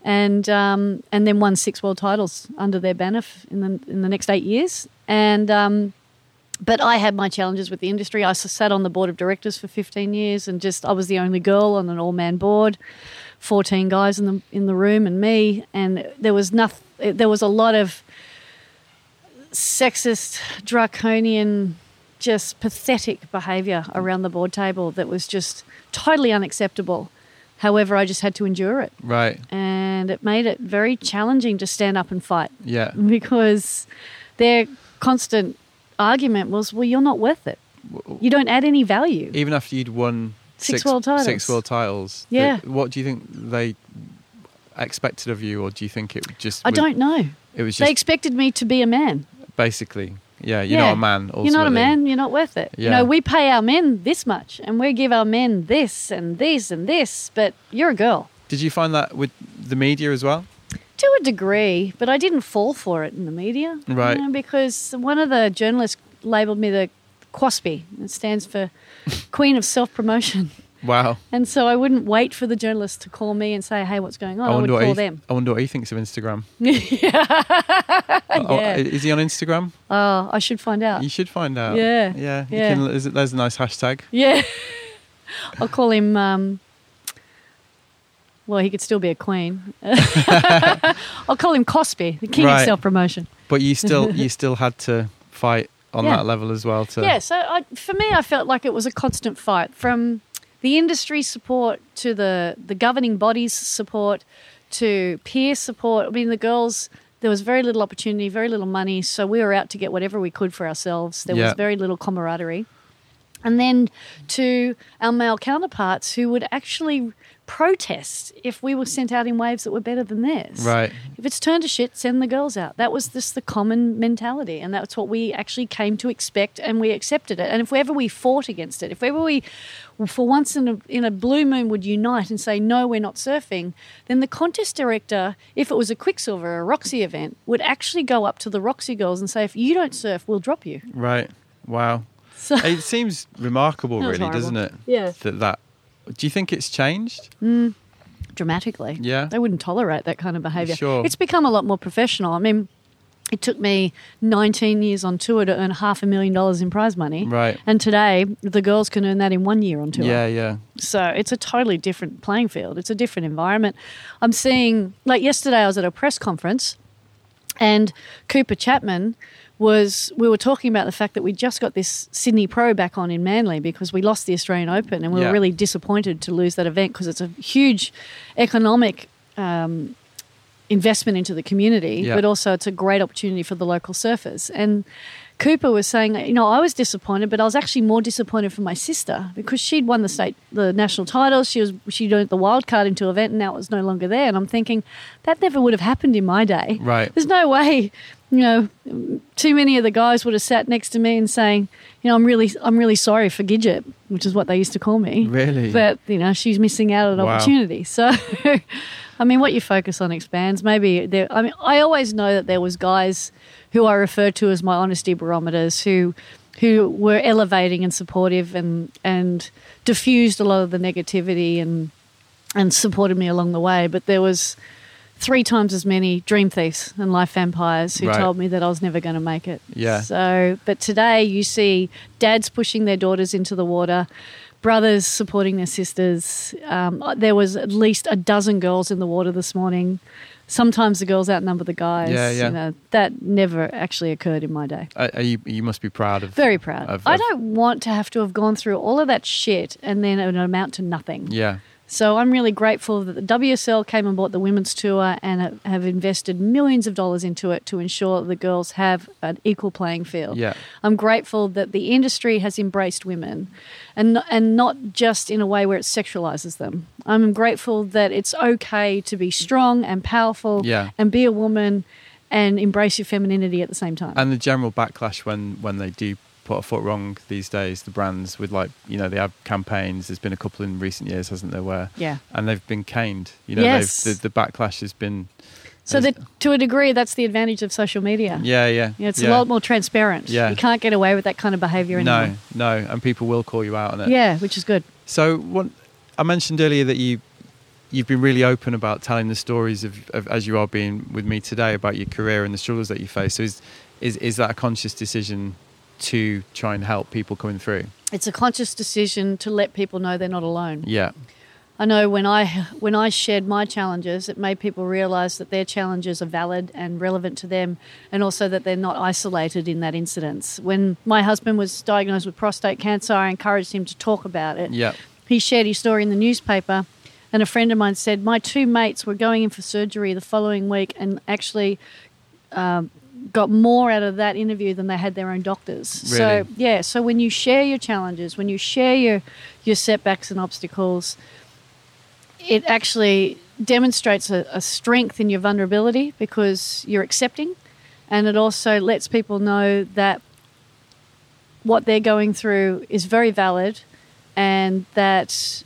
Speaker 2: and um, and then won six world titles under their banner f- in the in the next eight years. And um, but I had my challenges with the industry. I s- sat on the board of directors for 15 years, and just I was the only girl on an all man board, 14 guys in the in the room, and me. And there was nothing. There was a lot of sexist, draconian, just pathetic behaviour around the board table that was just totally unacceptable. However, I just had to endure it
Speaker 1: Right.
Speaker 2: and it made it very challenging to stand up and fight
Speaker 1: Yeah.
Speaker 2: because their constant argument was, "Well, you're not worth it. You don't add any value."
Speaker 1: Even after you'd won
Speaker 2: Six world titles.
Speaker 1: Six world titles. the-
Speaker 2: Yeah.
Speaker 1: what do you think they expected of you, or do you think it just?
Speaker 2: I
Speaker 1: was-
Speaker 2: don't know.
Speaker 1: It was
Speaker 2: They
Speaker 1: just
Speaker 2: expected me to be a man.
Speaker 1: basically. Yeah. You're
Speaker 2: Yeah.
Speaker 1: not a man. Ultimately.
Speaker 2: You're not a man. You're not worth it. You
Speaker 1: Yeah.
Speaker 2: know, we pay our men this much, and we give our men this and this and this, but you're a girl.
Speaker 1: Did you find that with the media as well?
Speaker 2: to a degree, but I didn't fall for it in the media. you
Speaker 1: Right.
Speaker 2: know, because one of the journalists labeled me the QUASPY. It stands for Queen of Self Promotion.
Speaker 1: Wow.
Speaker 2: And so I wouldn't wait for the journalist to call me and say, hey, what's going on? I, would
Speaker 1: what
Speaker 2: call
Speaker 1: he,
Speaker 2: them.
Speaker 1: I wonder what he thinks of Instagram. Oh,
Speaker 2: yeah.
Speaker 1: Is he on Instagram?
Speaker 2: Oh, I should find out.
Speaker 1: You should find out.
Speaker 2: Yeah,
Speaker 1: Yeah. You
Speaker 2: yeah.
Speaker 1: Can, there's, there's a nice hashtag.
Speaker 2: Yeah. I'll call him. Um, well, he could still be a queen. I'll call him Cosby, the king
Speaker 1: Right.
Speaker 2: of self promotion.
Speaker 1: But you still you still had to fight on
Speaker 2: Yeah.
Speaker 1: that level as well. To
Speaker 2: yeah, so I, for me, I felt like it was a constant fight from the industry support to the, the governing bodies support to peer support. I mean, the girls, there was very little opportunity, very little money, so we were out to get whatever we could for ourselves. There
Speaker 1: Yeah.
Speaker 2: was very little camaraderie. And then to our male counterparts who would actually protest if we were sent out in waves that were better than theirs.
Speaker 1: Right.
Speaker 2: If it's turned to shit, send the girls out. That was just the common mentality, and that's what we actually came to expect, and we accepted it. And if ever we fought against it, if ever we, for once in a, in a blue moon, would unite and say no, we're not surfing, then the contest director, if it was a Quicksilver or a Roxy event, would actually go up to the Roxy girls and say, if you don't surf, we'll drop you.
Speaker 1: Right. Wow.
Speaker 2: So
Speaker 1: It seems remarkable,
Speaker 2: That was
Speaker 1: really, doesn't it?
Speaker 2: horrible. Yeah.
Speaker 1: That that. Do you think it's changed?
Speaker 2: dramatically.
Speaker 1: Yeah.
Speaker 2: They wouldn't tolerate that kind of behavior.
Speaker 1: Sure.
Speaker 2: It's become a lot more professional. I mean, it took me 19 years on tour to earn half a million dollars in prize money.
Speaker 1: Right.
Speaker 2: And today, the girls can earn that in one year on tour.
Speaker 1: Yeah. Yeah.
Speaker 2: So it's a totally different playing field. It's a different environment. I'm seeing, like yesterday, I was at a press conference and Cooper Chapman was, we were talking about the fact that we just got this Sydney Pro back on in Manly because we lost the Australian Open and we
Speaker 1: Yeah.
Speaker 2: were really disappointed to lose that event because it's a huge economic um, investment into the community,
Speaker 1: Yeah.
Speaker 2: but also it's a great opportunity for the local surfers. And Cooper was saying, you know, I was disappointed, but I was actually more disappointed for my sister because she'd won the state, the national title. She was she earned the wild card into event, and now it was no longer there. And I'm thinking that never would have happened in my day.
Speaker 1: Right.
Speaker 2: There's no way, you know, too many of the guys would have sat next to me and saying, you know, I'm really, I'm really sorry for Gidget, which is what they used to call me.
Speaker 1: Really?
Speaker 2: But you know, she's missing out on
Speaker 1: Wow.
Speaker 2: opportunity. So, I mean, what you focus on expands. Maybe there. I mean, I always know that there was guys who I refer to as my honesty barometers who who were elevating and supportive and and diffused a lot of the negativity and and supported me along the way. But there was three times as many dream thieves and life vampires who
Speaker 1: Right.
Speaker 2: told me that I was never going to make it.
Speaker 1: Yeah.
Speaker 2: So, but today you see dads pushing their daughters into the water, brothers supporting their sisters. Um, there was at least a dozen girls in the water this morning. Sometimes the girls outnumber the guys.
Speaker 1: Yeah, yeah.
Speaker 2: You know, that never actually occurred in my day.
Speaker 1: Are, are you you must be proud of.
Speaker 2: Very proud.
Speaker 1: of-
Speaker 2: I
Speaker 1: of-
Speaker 2: don't want to have to have gone through all of that shit and then it amount to nothing.
Speaker 1: Yeah.
Speaker 2: So I'm really grateful that the WSL came and bought the women's tour and have invested millions of dollars into it to ensure the girls have an equal playing field.
Speaker 1: Yeah.
Speaker 2: I'm grateful that the industry has embraced women and and not just in a way where it sexualizes them. I'm grateful that it's okay to be strong and powerful
Speaker 1: Yeah.
Speaker 2: and be a woman and embrace your femininity at the same time.
Speaker 1: And the general backlash when when they do put a foot wrong these days, the brands with like you know they have campaigns. There's been a couple in recent years, hasn't there? Where
Speaker 2: Yeah.
Speaker 1: and they've been caned. You know,
Speaker 2: Yes.
Speaker 1: they've, the, the backlash has been.
Speaker 2: so that to a degree that's the advantage of social media.
Speaker 1: Yeah, yeah,
Speaker 2: You know, it's a lot more transparent.
Speaker 1: Yeah.
Speaker 2: You can't get away with that kind of behavior anymore.
Speaker 1: No, no, and people will call you out on it.
Speaker 2: Yeah, which is good.
Speaker 1: So, what I mentioned earlier that you you've been really open about telling the stories of, of as you are being with me today about your career and the struggles that you face. So is is is that a conscious decision to try and help people coming through?
Speaker 2: It's a conscious decision to let people know they're not alone.
Speaker 1: Yeah.
Speaker 2: I know when I when I shared my challenges, it made people realise that their challenges are valid and relevant to them, and also that they're not isolated in that incidence. When my husband was diagnosed with prostate cancer, I encouraged him to talk about it.
Speaker 1: Yeah.
Speaker 2: He shared his story in the newspaper, and a friend of mine said my two mates were going in for surgery the following week, and actually. Um, got more out of that interview than they had their own doctors.
Speaker 1: Really?
Speaker 2: So yeah, so when you share your challenges, when you share your your setbacks and obstacles, it actually demonstrates a, a strength in your vulnerability because you're accepting, and it also lets people know that what they're going through is very valid, and that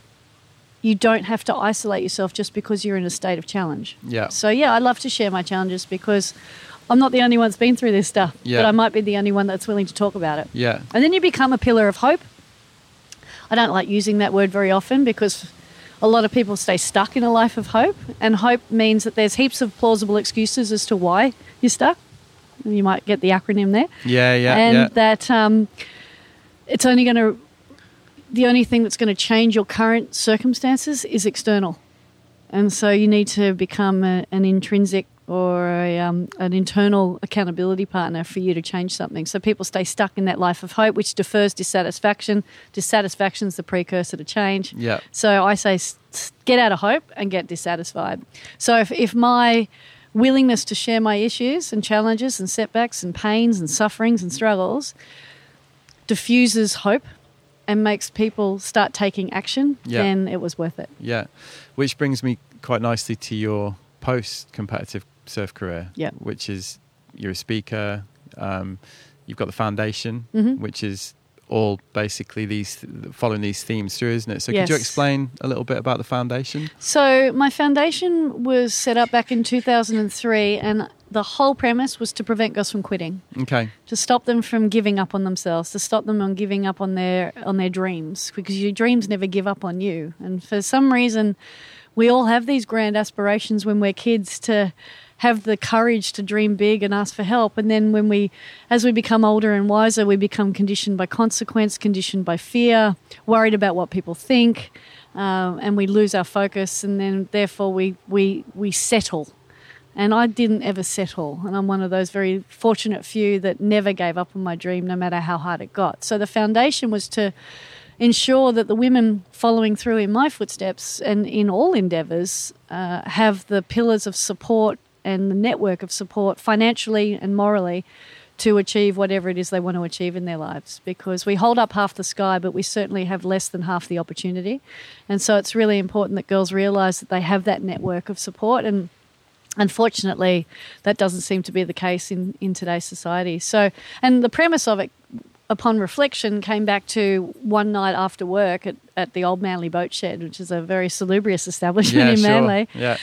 Speaker 2: you don't have to isolate yourself just because you're in a state of challenge.
Speaker 1: Yeah.
Speaker 2: So yeah, I love to share my challenges because I'm not the only one that's been through this stuff,
Speaker 1: Yeah.
Speaker 2: but I might be the only one that's willing to talk about it.
Speaker 1: Yeah.
Speaker 2: And then you become a pillar of hope. I don't like using that word very often because a lot of people stay stuck in a life of hope, and hope means that there's heaps of plausible excuses as to why you're stuck. You might get the acronym there
Speaker 1: Yeah, yeah,
Speaker 2: and
Speaker 1: yeah.
Speaker 2: that um, it's only going to the only thing that's going to change your current circumstances is external, and so you need to become a, an intrinsic or a, um, an internal accountability partner for you to change something. So people stay stuck in that life of hope, which defers dissatisfaction. Dissatisfaction is the precursor to change.
Speaker 1: Yeah.
Speaker 2: So I say, s- s- get out of hope and get dissatisfied. So if, if my willingness to share my issues and challenges and setbacks and pains and sufferings and struggles diffuses hope and makes people start taking action,
Speaker 1: Yeah.
Speaker 2: then it was worth it.
Speaker 1: Yeah, which brings me quite nicely to your post-competitive surf career.
Speaker 2: Yeah.
Speaker 1: which is you're a speaker. Um, you've got the foundation,
Speaker 2: Mhm.
Speaker 1: which is all basically these following these themes through, isn't it? So, could you
Speaker 2: Yes.
Speaker 1: explain a little bit about the foundation?
Speaker 2: So my foundation was set up back in 2003 and the whole premise was to prevent girls from quitting.
Speaker 1: Okay.
Speaker 2: to stop them from giving up on themselves, to stop them from giving up on their on their dreams, because your dreams never give up on you. And for some reason, we all have these grand aspirations when we're kids to have the courage to dream big and ask for help. And then when we, as we become older and wiser, we become conditioned by consequence, conditioned by fear, worried about what people think, um, and we lose our focus. And then therefore we we we settle and I didn't ever settle. And I'm one of those very fortunate few that never gave up on my dream, no matter how hard it got. So the foundation was to ensure that the women following through in my footsteps and in all endeavors uh, have the pillars of support and the network of support financially and morally to achieve whatever it is they want to achieve in their lives because we hold up half the sky but we certainly have less than half the opportunity and so it's really important that girls realize that they have that network of support and unfortunately that doesn't seem to be the case in, in today's society so and the premise of it upon reflection came back to one night after work at, at the old manly boat shed which is a very salubrious establishment
Speaker 1: Yeah,
Speaker 2: in manly
Speaker 1: sure. Yeah,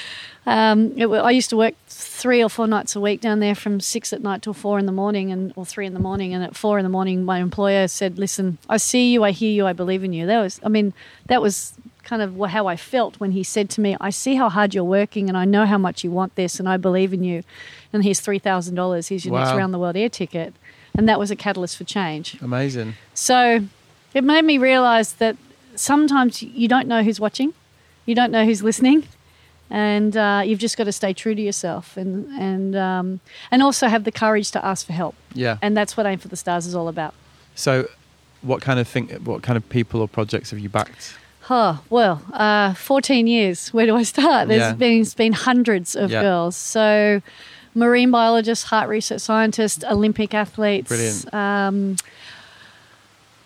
Speaker 2: um, it, wa- I used to work three or four nights a week down there from six at night till four in the morning and or three in the morning and at four in the morning my employer said listen I see you I hear you I believe in you that was I mean that was kind of wha- how I felt when he said to me I see how hard you're working and I know how much you want this and I believe in you and here's three thousand dollars here's your next
Speaker 1: Wow.
Speaker 2: round the world air ticket and that was a catalyst for change
Speaker 1: amazing.
Speaker 2: so it made me realize that sometimes you don't know who's watching, you don't know who's listening, and uh, you've just got to stay true to yourself and and um, and also have the courage to ask for help.
Speaker 1: Yeah.
Speaker 2: And that's what Aim for the Stars is all about.
Speaker 1: so, what kind of thing? What kind of people or projects have you backed?
Speaker 2: Oh, well, uh, 14 years. Where do I start? There's
Speaker 1: Yeah.
Speaker 2: been, it's been hundreds of
Speaker 1: Yeah.
Speaker 2: girls. So, marine biologists, heart research scientists, Olympic athletes,
Speaker 1: Brilliant.
Speaker 2: Um,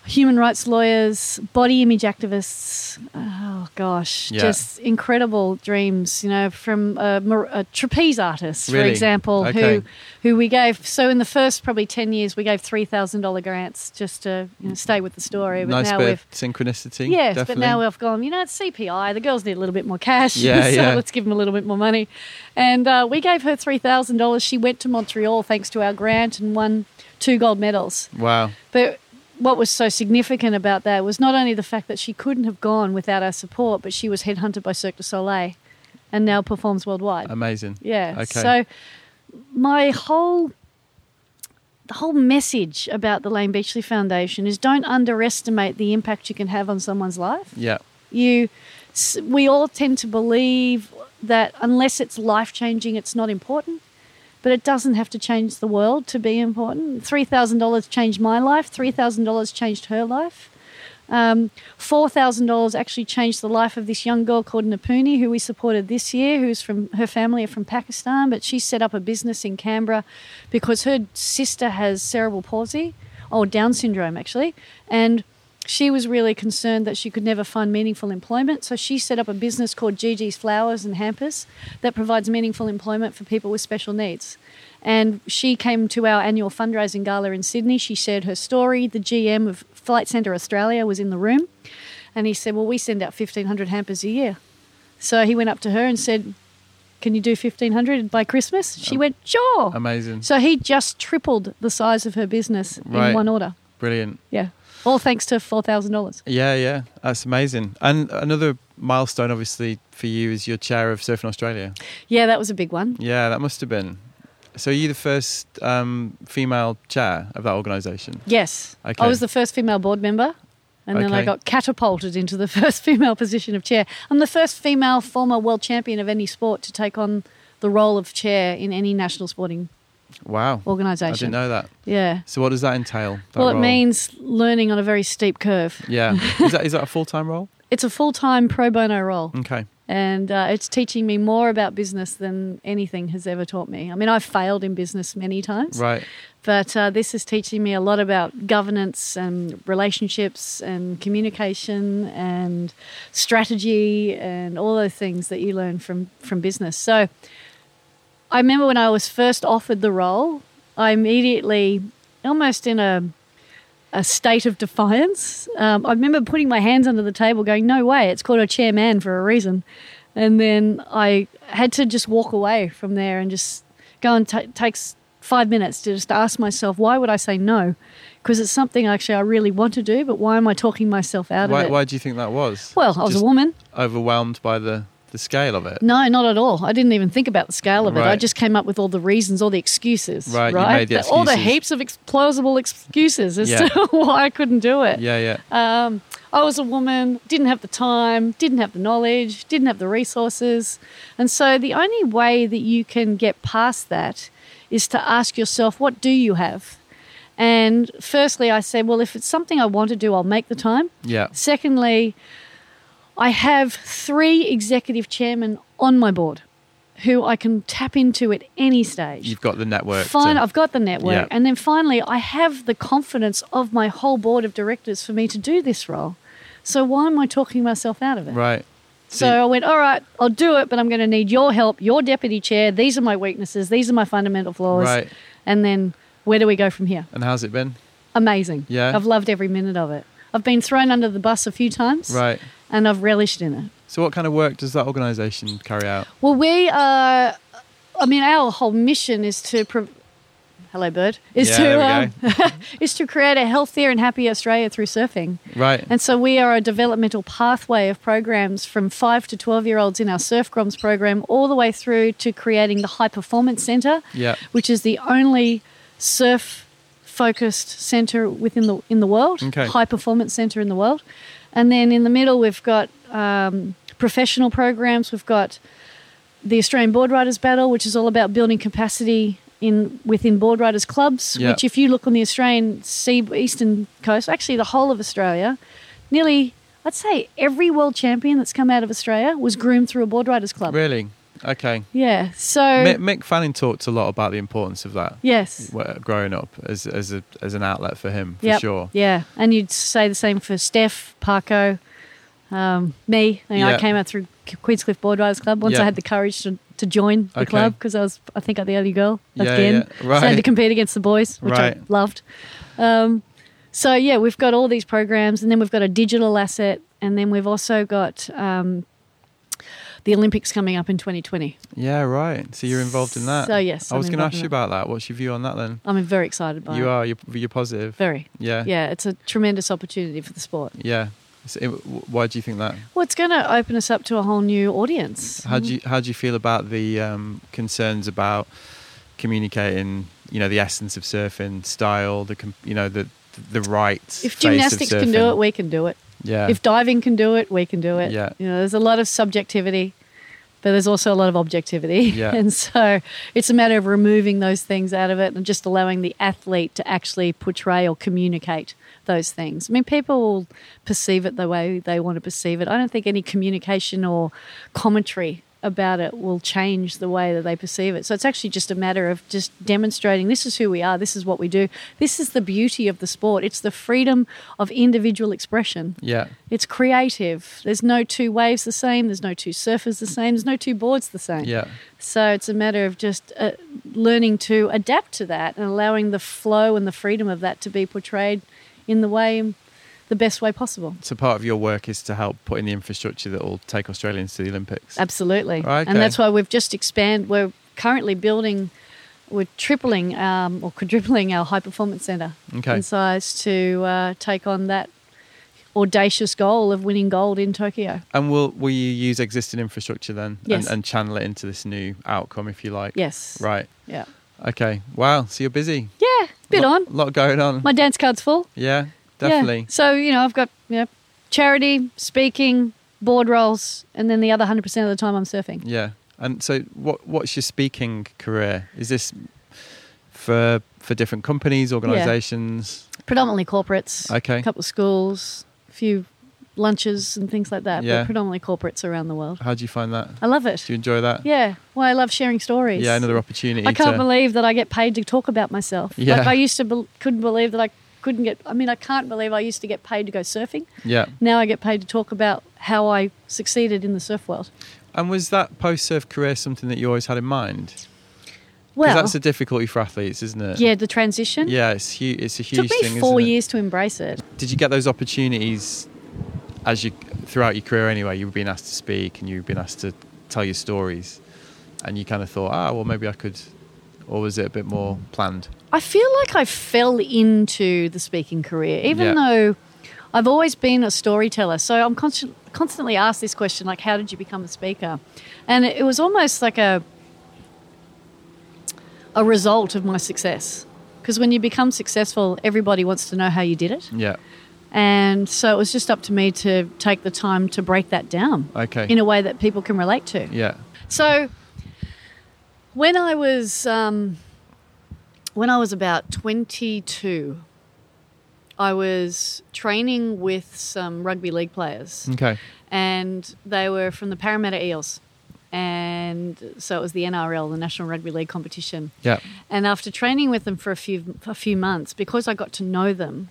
Speaker 2: human rights lawyers, body image activists. Oh, gosh.
Speaker 1: Yeah.
Speaker 2: Just incredible dreams, you know, from a, mar- a trapeze artist, for
Speaker 1: Really?
Speaker 2: example,
Speaker 1: Okay.
Speaker 2: who who we gave. So, in the first probably 10 years, we gave $3,000 grants just to you know, stay with the story. But
Speaker 1: nice
Speaker 2: now
Speaker 1: bit
Speaker 2: we've.
Speaker 1: of synchronicity.
Speaker 2: Yes,
Speaker 1: definitely.
Speaker 2: but now we've gone, you know, it's CPI. The girls need a little bit more cash.
Speaker 1: Yeah,
Speaker 2: so
Speaker 1: yeah.
Speaker 2: let's give them a little bit more money. And uh, we gave her $3,000. She went to Montreal thanks to our grant and won two gold medals.
Speaker 1: wow.
Speaker 2: But what was so significant about that was not only the fact that she couldn't have gone without our support, but she was headhunted by Cirque du Soleil and now performs worldwide.
Speaker 1: Amazing.
Speaker 2: Yeah.
Speaker 1: Um, Okay.
Speaker 2: So my whole the whole message about the Lane Beachley Foundation is don't underestimate the impact you can have on someone's life.
Speaker 1: yeah.
Speaker 2: You s- we all tend to believe that unless it's life-changing it's not important. But it doesn't have to change the world to be important. $3,000 changed my life, $3,000 changed her life. Um, $4,000 actually changed the life of this young girl called Napuni, who we supported this year, who's from her family are from Pakistan, but she set up a business in Canberra because her sister has cerebral palsy or Down syndrome, actually. And she was really concerned that she could never find meaningful employment. So she set up a business called Gigi's Flowers and Hampers that provides meaningful employment for people with special needs. And she came to our annual fundraising gala in Sydney. She shared her story. The GM of Flight Centre Australia was in the room. And he said, Well, we send out 1,500 hampers a year. So he went up to her and said, Can you do 1,500 by Christmas? She went, Sure.
Speaker 1: Amazing.
Speaker 2: So he just tripled the size of her business
Speaker 1: Right.
Speaker 2: in one order.
Speaker 1: Brilliant.
Speaker 2: Yeah. All thanks to $4,000.
Speaker 1: Yeah, yeah. That's amazing. And another milestone, obviously, for you is your chair of Surfing Australia.
Speaker 2: Yeah, that was a big one.
Speaker 1: Yeah, that must have been. So, are you the first um, female chair of that organisation?
Speaker 2: Yes.
Speaker 1: Okay.
Speaker 2: I was the first female board member. And then I
Speaker 1: Okay.
Speaker 2: got catapulted into the first female position of chair. I'm the first female former world champion of any sport to take on the role of chair in any national sporting
Speaker 1: Wow. I didn't
Speaker 2: organisation.
Speaker 1: know that.
Speaker 2: Yeah.
Speaker 1: So, what does that entail? that
Speaker 2: Well, it
Speaker 1: role?
Speaker 2: means learning on a very steep curve.
Speaker 1: Yeah. Is that, is that a full time role?
Speaker 2: It's a full time pro bono role.
Speaker 1: Okay.
Speaker 2: and uh, it's teaching me more about business than anything has ever taught me. I mean, I've failed in business many times,
Speaker 1: Right.
Speaker 2: but uh, this is teaching me a lot about governance and relationships and communication and strategy and all those things that you learn from from business. So, I remember when I was first offered the role, I immediately, almost in a a state of defiance. Um, I remember putting my hands under the table, going, "No way! It's called a chairman for a reason." And then I had to just walk away from there and just go and ta takes five minutes to just ask myself, "Why would I say no?" Because it's something actually I really want to do, but why am I talking myself out of
Speaker 1: Why,
Speaker 2: it?
Speaker 1: why do you think that was?
Speaker 2: Well, I was
Speaker 1: Just
Speaker 2: a woman.
Speaker 1: overwhelmed by the, the scale of it.
Speaker 2: No, not at all. I didn't even think about the scale of it. I
Speaker 1: Right.
Speaker 2: just came up with all the reasons, all the excuses.
Speaker 1: Right,
Speaker 2: Right.
Speaker 1: you made the
Speaker 2: The- all the
Speaker 1: excuses.
Speaker 2: heaps of ex- plausible excuses as
Speaker 1: Yeah.
Speaker 2: to why I couldn't do it.
Speaker 1: Yeah, yeah.
Speaker 2: Um, I was a woman, didn't have the time, didn't have the knowledge, didn't have the resources. And so the only way that you can get past that is to ask yourself, what do you have? And firstly, I said, well, if it's something I want to do, I'll make the time.
Speaker 1: Yeah.
Speaker 2: Secondly, I have three executive chairmen on my board who I can tap into at any stage.
Speaker 1: You've got the network. to-
Speaker 2: Fine, I've got the network.
Speaker 1: Yeah.
Speaker 2: And then finally, I have the confidence of my whole board of directors for me to do this role. So why am I talking myself out of it?
Speaker 1: right.
Speaker 2: So I went, all right, I'll do it, but I'm going to need your help, your deputy chair. These are my weaknesses. These are my fundamental flaws.
Speaker 1: Right.
Speaker 2: And then where do we go from here?
Speaker 1: And how's it been?
Speaker 2: Amazing.
Speaker 1: Yeah.
Speaker 2: I've loved every minute of it. I've been thrown under the bus a few times.
Speaker 1: Right.
Speaker 2: And I've relished in it.
Speaker 1: So, what kind of work does that organisation carry out?
Speaker 2: Well, we are. I mean, our whole mission is to. Pro- Hello, bird. Is
Speaker 1: Yeah,
Speaker 2: to um, is to create a healthier and happier Australia through surfing.
Speaker 1: Right.
Speaker 2: And so we are a developmental pathway of programs from five to twelve year olds in our Surf Groms program, all the way through to creating the High Performance Centre,
Speaker 1: Yeah.
Speaker 2: which is the only surf focused centre within the in the world,
Speaker 1: Okay.
Speaker 2: high performance centre in the world. And then in the middle, we've got um, professional programs. We've got the Australian Board Riders Battle, which is all about building capacity in within board riders clubs.
Speaker 1: Yeah.
Speaker 2: Which, if you look on the Australian sea eastern coast, actually the whole of Australia, nearly I'd say every world champion that's come out of Australia was groomed through a board riders club.
Speaker 1: Really? Okay.
Speaker 2: Yeah. So
Speaker 1: Mick, Mick Fanning talked a lot about the importance of that
Speaker 2: yes.
Speaker 1: wh- growing up as as a, as an outlet for him for
Speaker 2: Yep.
Speaker 1: sure.
Speaker 2: Yeah, and you'd say the same for Steph, Parko, um, me. I, mean,
Speaker 1: Yeah.
Speaker 2: I came out through K- Queenscliff Board Riders Club once
Speaker 1: Yeah.
Speaker 2: I had the courage to, to join the
Speaker 1: Okay.
Speaker 2: club because I was, I think, I the only girl
Speaker 1: Yeah,
Speaker 2: again.
Speaker 1: yeah. Right.
Speaker 2: So I had to compete against the boys, which I
Speaker 1: Right.
Speaker 2: loved. Um, so yeah, we've got all these programs, and then we've got a digital asset, and then we've also got um, the Olympics coming up in 2020.
Speaker 1: Yeah, right. So you're involved in that.
Speaker 2: So, yes,
Speaker 1: I
Speaker 2: I'm
Speaker 1: was going to
Speaker 2: involved
Speaker 1: ask
Speaker 2: in
Speaker 1: you about that. What's your view on that then?
Speaker 2: I'm very excited by
Speaker 1: You
Speaker 2: it.
Speaker 1: are you're, you're positive.
Speaker 2: Very.
Speaker 1: yeah.
Speaker 2: Yeah, it's a tremendous opportunity for the sport.
Speaker 1: Yeah. So, it- wh- why do you think that?
Speaker 2: Well, it's going to open us up to a whole new audience.
Speaker 1: How do you how do you feel about the um, concerns about communicating? You know, the essence of surfing style, the com- you know the the right. face
Speaker 2: If
Speaker 1: of
Speaker 2: gymnastics can do
Speaker 1: surfing.
Speaker 2: it, we can do it.
Speaker 1: yeah,
Speaker 2: If diving can do it, we can do it.
Speaker 1: Yeah.
Speaker 2: You know, there's a lot of subjectivity, but there's also a lot of objectivity.
Speaker 1: Yeah.
Speaker 2: And so it's a matter of removing those things out of it and just allowing the athlete to actually portray or communicate those things. I mean, people will perceive it the way they want to perceive it. I don't think any communication or commentary about it will change the way that they perceive it. So it's actually just a matter of just demonstrating this is who we are, this is what we do. This is the beauty of the sport. It's the freedom of individual expression.
Speaker 1: yeah,
Speaker 2: It's creative. There's no two waves the same. There's no two surfers the same. There's no two boards the same.
Speaker 1: yeah,
Speaker 2: So it's a matter of just uh, learning to adapt to that and allowing the flow and the freedom of that to be portrayed in the way, the best way possible.
Speaker 1: so part of your work is to help put in the infrastructure that will take Australians to the Olympics.
Speaker 2: Absolutely.
Speaker 1: Right, okay.
Speaker 2: And that's why we've just expanded. We're currently building, we're tripling um, or quadrupling our high performance centre
Speaker 1: Okay.
Speaker 2: in size to uh, take on that audacious goal of winning gold in Tokyo.
Speaker 1: And will will you use existing infrastructure then,
Speaker 2: Yes.
Speaker 1: and, and channel it into this new outcome if you like?
Speaker 2: Yes.
Speaker 1: Right.
Speaker 2: Yeah.
Speaker 1: Okay. Wow. So you're busy.
Speaker 2: Yeah, it's a bit
Speaker 1: lot,
Speaker 2: on.
Speaker 1: Lot going on.
Speaker 2: My dance card's full.
Speaker 1: yeah.
Speaker 2: Yeah.
Speaker 1: Definitely.
Speaker 2: So, you know, I've got you know, charity, speaking, board roles, and then the other 100% of the time I'm surfing.
Speaker 1: Yeah. And so, what what's your speaking career? Is this for for different companies, organisations?
Speaker 2: Predominantly corporates.
Speaker 1: Okay.
Speaker 2: A couple of schools, a few lunches and things like that.
Speaker 1: Yeah.
Speaker 2: But predominantly corporates around the world.
Speaker 1: How do you find that?
Speaker 2: I love it.
Speaker 1: Do you enjoy that?
Speaker 2: Yeah. Well, I love sharing stories.
Speaker 1: Yeah. Another opportunity.
Speaker 2: I can't
Speaker 1: to,
Speaker 2: believe that I get paid to talk about myself.
Speaker 1: Yeah.
Speaker 2: Like I used to be- couldn't believe that I couldn't get I mean I can't believe I used to get paid to go surfing.
Speaker 1: Yeah.
Speaker 2: Now I get paid to talk about how I succeeded in the surf world.
Speaker 1: And was that post surf career something that you always had in mind? 'Cause
Speaker 2: Well,
Speaker 1: that's a difficulty for athletes, isn't it?
Speaker 2: Yeah, the transition.
Speaker 1: Yeah. It's huge. It's a
Speaker 2: It took
Speaker 1: huge
Speaker 2: me
Speaker 1: thing.
Speaker 2: four
Speaker 1: isn't it?
Speaker 2: years to embrace it.
Speaker 1: did you get those opportunities as you throughout your career anyway you were being asked to speak and you were being asked to tell your stories and you kind of thought ah well maybe i could or was it a bit more planned
Speaker 2: I feel like I fell into the speaking career, even
Speaker 1: Yeah.
Speaker 2: though I've always been a storyteller. So I'm constant, constantly asked this question, like, how did you become a speaker? And it, it was almost like a a result of my success. Because when you become successful, everybody wants to know how you did it.
Speaker 1: yeah
Speaker 2: And so it was just up to me to take the time to break that down
Speaker 1: okay
Speaker 2: in a way that people can relate to.
Speaker 1: yeah
Speaker 2: So when I was um, when I was about 22, I was training with some rugby league players,
Speaker 1: okay
Speaker 2: and they were from the Parramatta Eels, and so it was the NRL, the National Rugby League competition.
Speaker 1: yeah
Speaker 2: And after training with them for a few a few months, because I got to know them,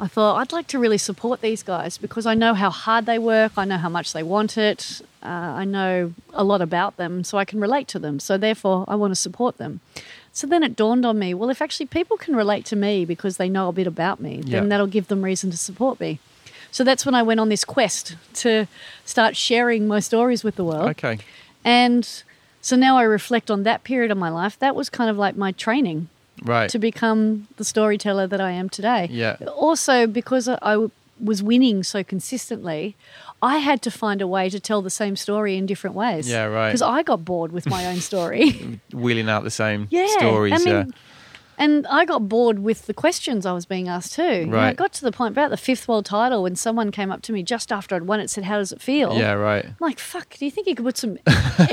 Speaker 2: I thought I'd like to really support these guys because I know how hard they work, I know how much they want it, uh, I know a lot about them, so I can relate to them. So therefore, I want to support them. So then it dawned on me, well, if actually people can relate to me because they know a bit about me,
Speaker 1: Yeah.
Speaker 2: then that'll give them reason to support me. So that's when I went on this quest to start sharing my stories with the world.
Speaker 1: okay
Speaker 2: And so now I reflect on that period of my life. That was kind of like my training
Speaker 1: right
Speaker 2: to become the storyteller that I am today.
Speaker 1: Yeah.
Speaker 2: Also, because I I w- was winning so consistently, I had to find a way to tell the same story in different ways.
Speaker 1: Yeah, right.
Speaker 2: Because I got bored with my own story.
Speaker 1: wheeling out the same
Speaker 2: yeah.
Speaker 1: stories
Speaker 2: I mean,
Speaker 1: yeah
Speaker 2: And I got bored with the questions I was being asked too. You know, I
Speaker 1: Right.
Speaker 2: got to the point about the fifth world title when someone came up to me just after I'd won it, said, "How does it feel?"
Speaker 1: yeah right
Speaker 2: I'm like, fuck, do you think you could put some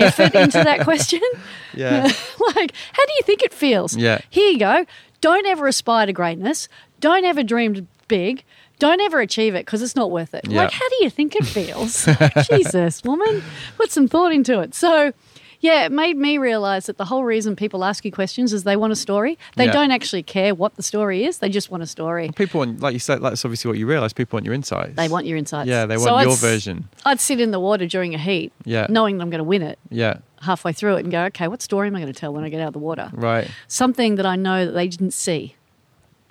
Speaker 2: effort into that question?
Speaker 1: Yeah.
Speaker 2: like, how do you think it feels?
Speaker 1: Yeah.
Speaker 2: Here you go. Don't ever aspire to greatness. Don't ever dream big. Don't ever achieve it because it's not worth it.
Speaker 1: Yeah.
Speaker 2: Like, how do you think it feels? Jesus, woman, put some thought into it. So, yeah, it made me realize that the whole reason people ask you questions is they want a story. They
Speaker 1: Yeah.
Speaker 2: don't actually care what the story is, they just want a story.
Speaker 1: people want like you said that's obviously what you realize people want your insights
Speaker 2: They want your insights.
Speaker 1: yeah they
Speaker 2: So
Speaker 1: want
Speaker 2: I'd
Speaker 1: your
Speaker 2: s-
Speaker 1: version
Speaker 2: I'd sit in the water during a heat,
Speaker 1: Yeah.
Speaker 2: knowing that I'm going to win it
Speaker 1: yeah
Speaker 2: halfway through it and go, okay, what story am I going to tell when I get out of the water?
Speaker 1: right
Speaker 2: Something that I know that they didn't see.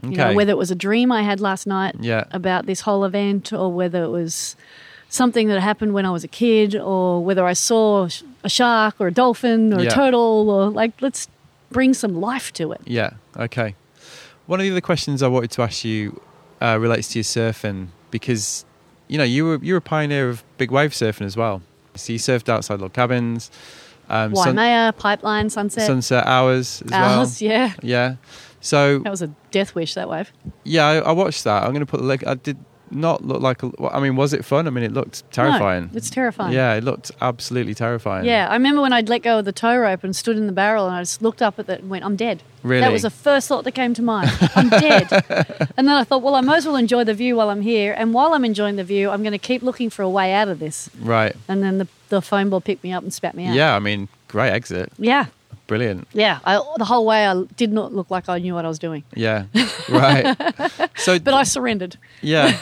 Speaker 1: okay
Speaker 2: You know, whether it was a dream I had last night
Speaker 1: Yeah.
Speaker 2: about this whole event or whether it was something that happened when I was a kid or whether I saw sh- a shark or a dolphin or
Speaker 1: Yeah.
Speaker 2: a turtle or like, let's bring some life to it.
Speaker 1: Yeah. Okay. One of the other questions I wanted to ask you uh, relates to your surfing because you know, you were you were a pioneer of big wave surfing as well. So you surfed outside little cabins, um, sun-
Speaker 2: Waimea, Pipeline, Sunset.
Speaker 1: sunset hours as
Speaker 2: Ours, yeah. Oh.
Speaker 1: well. Yeah. So
Speaker 2: That was a death wish, that wave.
Speaker 1: yeah, I, I watched that. I'm going to put the link. I did not look like. A, well, I mean, was it fun? I mean, it looked terrifying.
Speaker 2: No, it's terrifying.
Speaker 1: Yeah, it looked absolutely terrifying.
Speaker 2: Yeah, I remember when I'd let go of the tow rope and stood in the barrel, and I just looked up at that and went, "I'm dead."
Speaker 1: Really?
Speaker 2: That was the first thought that came to mind. I'm dead. And then I thought, well, I might as well enjoy the view while I'm here, and while I'm enjoying the view, I'm going to keep looking for a way out of this.
Speaker 1: Right.
Speaker 2: And then the the foam ball picked me up and spat me
Speaker 1: Yeah.
Speaker 2: out.
Speaker 1: I mean, great exit.
Speaker 2: yeah,
Speaker 1: Brilliant.
Speaker 2: yeah. I, the whole way, I did not look like I knew what I was doing,
Speaker 1: Yeah. Right. so
Speaker 2: but I surrendered.
Speaker 1: yeah.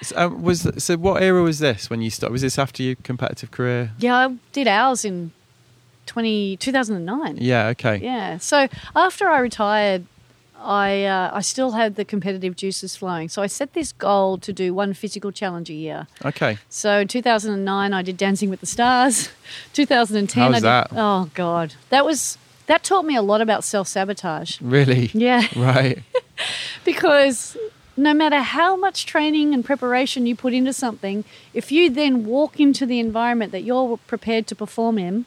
Speaker 1: So, um, was so what era was this when you started? Was this after your competitive career?
Speaker 2: Yeah, I did ours in 20, 2009.
Speaker 1: Yeah. Okay.
Speaker 2: Yeah. So after I retired, I uh, I still had the competitive juices flowing. So I set this goal to do one physical challenge a year.
Speaker 1: Okay.
Speaker 2: So in 2009, I did Dancing with the Stars. 2010,
Speaker 1: How
Speaker 2: I
Speaker 1: was
Speaker 2: did.
Speaker 1: that?
Speaker 2: Oh God, that was that taught me a lot about self sabotage.
Speaker 1: Really.
Speaker 2: Yeah,
Speaker 1: Right.
Speaker 2: because no matter how much training and preparation you put into something, if you then walk into the environment that you're prepared to perform in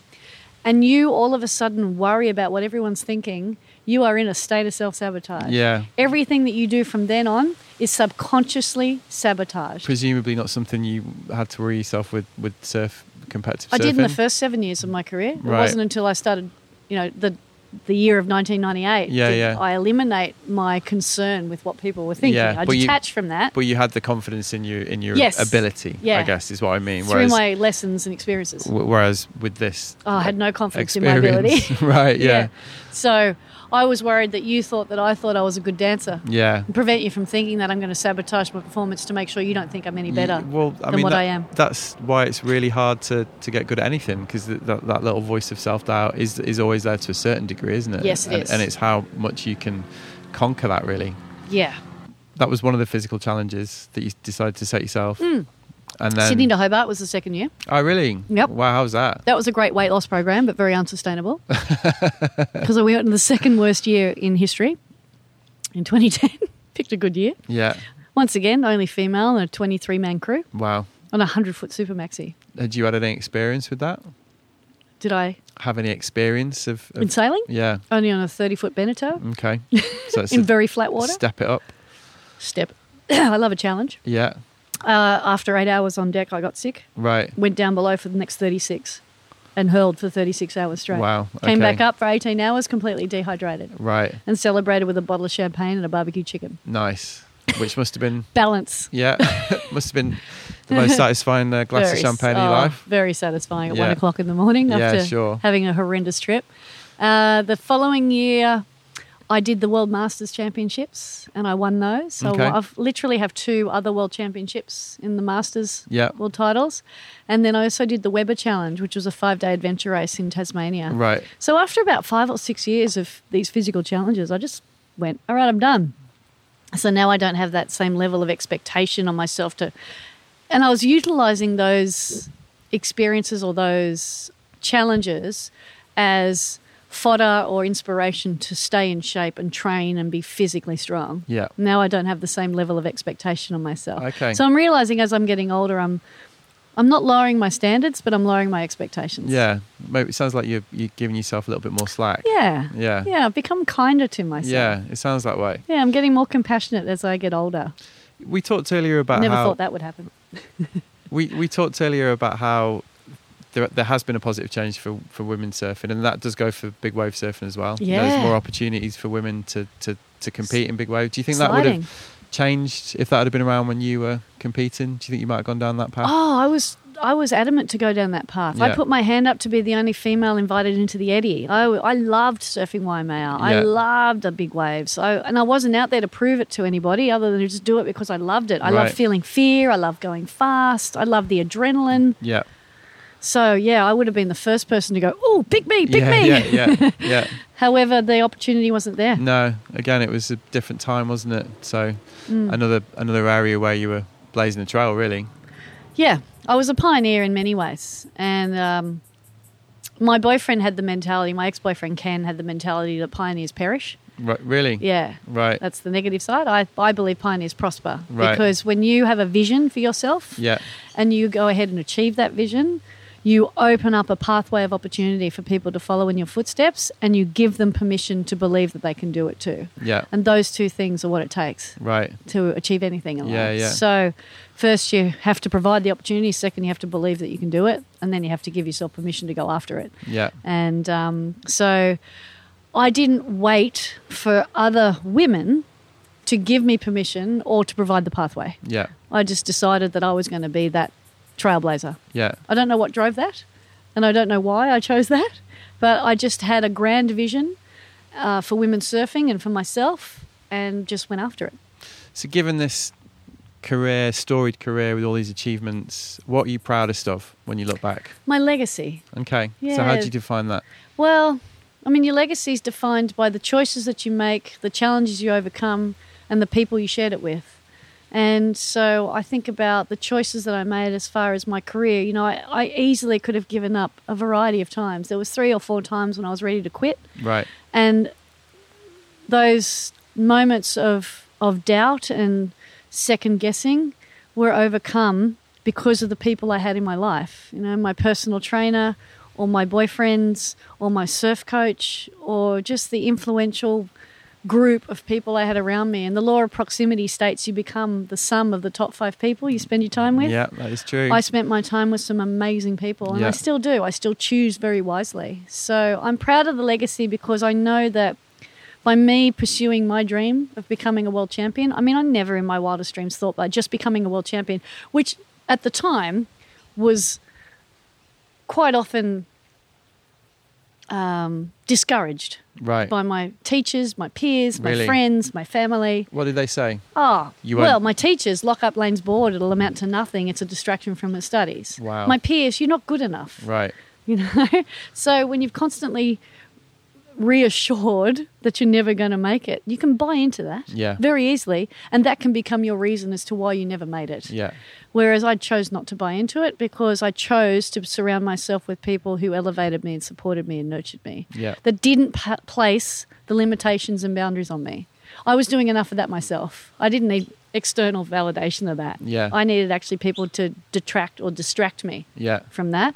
Speaker 2: and you all of a sudden worry about what everyone's thinking, you are in a state of self sabotage.
Speaker 1: Yeah.
Speaker 2: Everything that you do from then on is subconsciously sabotage.
Speaker 1: Presumably not something you had to worry yourself with with surf competitive
Speaker 2: I
Speaker 1: surfing.
Speaker 2: did in the first seven years of my career. It
Speaker 1: Right.
Speaker 2: wasn't until I started, you know, the the year of 1998
Speaker 1: Yeah,
Speaker 2: did
Speaker 1: yeah.
Speaker 2: I eliminate my concern with what people were thinking.
Speaker 1: Yeah,
Speaker 2: I
Speaker 1: but you-
Speaker 2: detached from that.
Speaker 1: But you had the confidence in you in your
Speaker 2: Yes.
Speaker 1: ability. I
Speaker 2: Yeah.
Speaker 1: guess is what I mean.
Speaker 2: through
Speaker 1: whereas,
Speaker 2: my lessons and experiences.
Speaker 1: wh- whereas with this,
Speaker 2: Oh, I had no confidence
Speaker 1: experience,
Speaker 2: in my ability.
Speaker 1: right? Yeah.
Speaker 2: So I was worried that you thought that I thought I was a good dancer.
Speaker 1: Yeah.
Speaker 2: And prevent you from thinking that I'm going to sabotage my performance to make sure you don't think I'm any better
Speaker 1: Y- well, I
Speaker 2: than
Speaker 1: mean,
Speaker 2: what
Speaker 1: that-
Speaker 2: I am.
Speaker 1: That's why it's really hard to, to get good at anything because th- that, that little voice of self doubt is is always there to a certain degree, isn't it?
Speaker 2: Yes, it
Speaker 1: and,
Speaker 2: is.
Speaker 1: And it's how much you can conquer that really.
Speaker 2: Yeah.
Speaker 1: That was one of the physical challenges that you decided to set yourself. And then
Speaker 2: Mm. Hmm. Sydney to Hobart was the second year.
Speaker 1: Oh, really?
Speaker 2: Yep.
Speaker 1: Wow, how's that?
Speaker 2: That was a great weight loss program, but very unsustainable because we went in the second worst year in history in 2010. Picked a good year.
Speaker 1: Yeah.
Speaker 2: Once again, only female and a 23 man crew
Speaker 1: Wow.
Speaker 2: on a 100 foot super maxi.
Speaker 1: Had you had any experience with that?
Speaker 2: Did I
Speaker 1: Have any experience of? of-
Speaker 2: in sailing?
Speaker 1: yeah.
Speaker 2: Only on a 30 foot Beneteau.
Speaker 1: Okay. So Mm. it's
Speaker 2: in
Speaker 1: a
Speaker 2: very flat water.
Speaker 1: step it up.
Speaker 2: Step. I love a challenge.
Speaker 1: Yeah.
Speaker 2: Uh, after eight hours on deck, I got sick.
Speaker 1: Right.
Speaker 2: Went down below for the next 36 and hurled for 36 hours straight.
Speaker 1: Wow, okay.
Speaker 2: Came back up for 18 hours, completely dehydrated,
Speaker 1: Right.
Speaker 2: and celebrated with a bottle of champagne and a barbecue chicken.
Speaker 1: Nice. Which must have been
Speaker 2: Balance.
Speaker 1: Yeah, must have been the most satisfying uh, glass of
Speaker 2: Very-
Speaker 1: champagne in
Speaker 2: oh,
Speaker 1: your life.
Speaker 2: Very satisfying at one
Speaker 1: Yeah.
Speaker 2: o'clock in the morning
Speaker 1: Yeah,
Speaker 2: after
Speaker 1: sure.
Speaker 2: having a horrendous trip. Uh, the following year, I did the World Masters Championships and I won those. So
Speaker 1: Okay.
Speaker 2: I've literally have two other World Championships in the Masters
Speaker 1: Yeah.
Speaker 2: World titles, and then I also did the Weber Challenge, which was a five day adventure race in Tasmania.
Speaker 1: Right.
Speaker 2: So after about five or six years of these physical challenges, I just went, all right, I'm done. So now I don't have that same level of expectation on myself to. And I was utilizing those experiences or those challenges as fodder or inspiration to stay in shape and train and be physically strong.
Speaker 1: Yeah.
Speaker 2: Now I don't have the same level of expectation on myself.
Speaker 1: Okay.
Speaker 2: So I'm realizing as I'm getting older, I'm. I'm not lowering my standards, but I'm lowering my expectations.
Speaker 1: Yeah, maybe it sounds like you're you're giving yourself a little bit more slack.
Speaker 2: Yeah.
Speaker 1: Yeah.
Speaker 2: Yeah. I've become kinder to myself.
Speaker 1: Yeah, it sounds that way.
Speaker 2: Yeah, I'm getting more compassionate as I get older.
Speaker 1: We talked earlier about
Speaker 2: Never
Speaker 1: how
Speaker 2: thought that would happen.
Speaker 1: we we talked earlier about how there there has been a positive change for for women surfing, and that does go for big wave surfing as well. You know, there's
Speaker 2: Yeah.
Speaker 1: more opportunities for women to to to compete in big wave. Do you think that would
Speaker 2: Exciting.
Speaker 1: have changed if that had been around when you were competing? Do you think you might have gone down that path?
Speaker 2: Oh, I was I was adamant to go down that path.
Speaker 1: Yeah.
Speaker 2: I put my hand up to be the only female invited into the eddy. I, I loved surfing Waimea.
Speaker 1: Yeah.
Speaker 2: I loved the big waves. I, and I wasn't out there to prove it to anybody other than to just do it because I loved it. I
Speaker 1: Right.
Speaker 2: love feeling fear. I love going fast. I love the adrenaline.
Speaker 1: Yeah.
Speaker 2: So, yeah, I would have been the first person to go, oh, pick me, pick
Speaker 1: yeah,
Speaker 2: me.
Speaker 1: yeah, yeah, yeah.
Speaker 2: However, the opportunity wasn't there.
Speaker 1: No, again, it was a different time, wasn't it? So
Speaker 2: Mm.
Speaker 1: another another area where you were blazing the trail, really.
Speaker 2: Yeah, I was a pioneer in many ways, and um, my boyfriend had the mentality. My ex-boyfriend Ken had the mentality that pioneers perish,
Speaker 1: Right, really?
Speaker 2: Yeah.
Speaker 1: Right.
Speaker 2: That's the negative side. I, I believe pioneers prosper
Speaker 1: Right.
Speaker 2: because when you have a vision for yourself
Speaker 1: yeah.
Speaker 2: and you go ahead and achieve that vision, you open up a pathway of opportunity for people to follow in your footsteps and you give them permission to believe that they can do it too.
Speaker 1: Yeah.
Speaker 2: And those two things are what it takes
Speaker 1: Right.
Speaker 2: to achieve anything in life.
Speaker 1: Yeah, yeah.
Speaker 2: So, first you have to provide the opportunity, second, you have to believe that you can do it, and then you have to give yourself permission to go after it.
Speaker 1: Yeah.
Speaker 2: And um, so I didn't wait for other women to give me permission or to provide the pathway.
Speaker 1: Yeah.
Speaker 2: I just decided that I was going to be that trailblazer.
Speaker 1: Yeah.
Speaker 2: I don't know what drove that, and I don't know why I chose that, but I just had a grand vision uh, for women surfing and for myself and just went after it.
Speaker 1: So, given this career, storied career with all these achievements, what are you proudest of when you look back?
Speaker 2: My legacy.
Speaker 1: Okay. So, how
Speaker 2: Yeah.
Speaker 1: do you define that?
Speaker 2: Well, I mean, your legacy is defined by the choices that you make, the challenges you overcome, and the people you shared it with. And so I think about the choices that I made as far as my career. You know, I, I easily could have given up a variety of times. There was three or four times when I was ready to quit,
Speaker 1: Right.
Speaker 2: and those moments of of doubt and second guessing were overcome because of the people I had in my life. You know, my personal trainer, or my boyfriends, or my surf coach, or just the influential group of people I had around me. And the law of proximity states you become the sum of the top five people you spend your time with.
Speaker 1: Yeah, that is true.
Speaker 2: I spent my time with some amazing people, and
Speaker 1: Yeah.
Speaker 2: I still do. I still choose very wisely. So I'm proud of the legacy because I know that by me pursuing my dream of becoming a world champion, I mean, I never in my wildest dreams thought by just becoming a world champion, which at the time was quite often um, discouraged
Speaker 1: right.
Speaker 2: by my teachers, my peers, my
Speaker 1: Really?
Speaker 2: friends, my family.
Speaker 1: What did they say?
Speaker 2: Oh,
Speaker 1: You
Speaker 2: well,
Speaker 1: won't-
Speaker 2: my teachers lock up Lane's board. It'll amount to nothing. It's a distraction from her studies.
Speaker 1: Wow.
Speaker 2: My peers, you're not good enough.
Speaker 1: Right.
Speaker 2: You know, so when you've constantly reassured that you're never going to make it, you can buy into that
Speaker 1: Yeah.
Speaker 2: very easily, and that can become your reason as to why you never made it.
Speaker 1: Yeah.
Speaker 2: Whereas I chose not to buy into it because I chose to surround myself with people who elevated me and supported me and nurtured me.
Speaker 1: Yeah.
Speaker 2: That didn't pa- place the limitations and boundaries on me. I was doing enough of that myself. I didn't need external validation of that.
Speaker 1: Yeah.
Speaker 2: I needed actually people to detract or distract me
Speaker 1: Yeah.
Speaker 2: from that.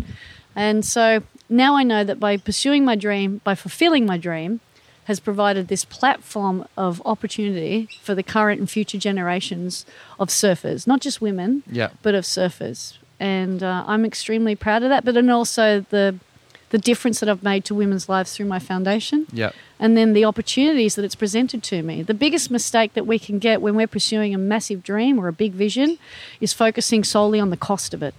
Speaker 2: And so now I know that by pursuing my dream, by fulfilling my dream, has provided this platform of opportunity for the current and future generations of surfers, not just women,
Speaker 1: Yeah.
Speaker 2: but of surfers. And uh, I'm extremely proud of that, but and also the the difference that I've made to women's lives through my foundation
Speaker 1: Yeah.
Speaker 2: and then the opportunities that it's presented to me. The biggest mistake that we can get when we're pursuing a massive dream or a big vision is focusing solely on the cost of it.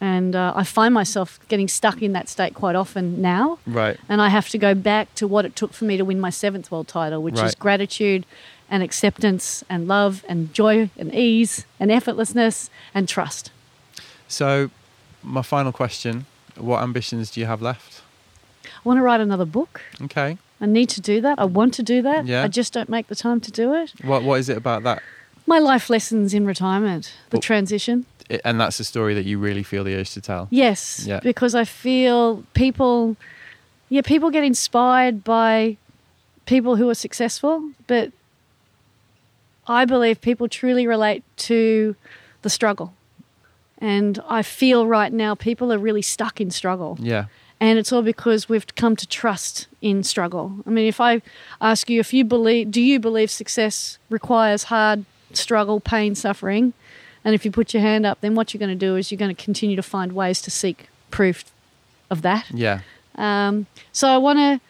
Speaker 2: And uh, I find myself getting stuck in that state quite often now.
Speaker 1: Right.
Speaker 2: And I have to go back to what it took for me to win my seventh world title, which is
Speaker 1: Right.
Speaker 2: gratitude and acceptance and love and joy and ease and effortlessness and trust.
Speaker 1: So, my final question what ambitions do you have left?
Speaker 2: I want to write another book.
Speaker 1: Okay.
Speaker 2: I need to do that. I want to do that.
Speaker 1: Yeah.
Speaker 2: I just don't make the time to do it.
Speaker 1: What What is it about that?
Speaker 2: My life lessons in retirement, the
Speaker 1: Well-
Speaker 2: transition.
Speaker 1: It, and that's a story that you really feel the urge to tell.
Speaker 2: Yes,
Speaker 1: Yeah.
Speaker 2: because I feel people, yeah, people get inspired by people who are successful, but I believe people truly relate to the struggle. And I feel right now people are really stuck in struggle.
Speaker 1: Yeah.
Speaker 2: And it's all because we've come to trust in struggle. I mean, if I ask you if you believe, do you believe success requires hard struggle, pain, suffering? And if you put your hand up, then what you're going to do is you're going to continue to find ways to seek proof of that.
Speaker 1: Yeah.
Speaker 2: Um, so I want to,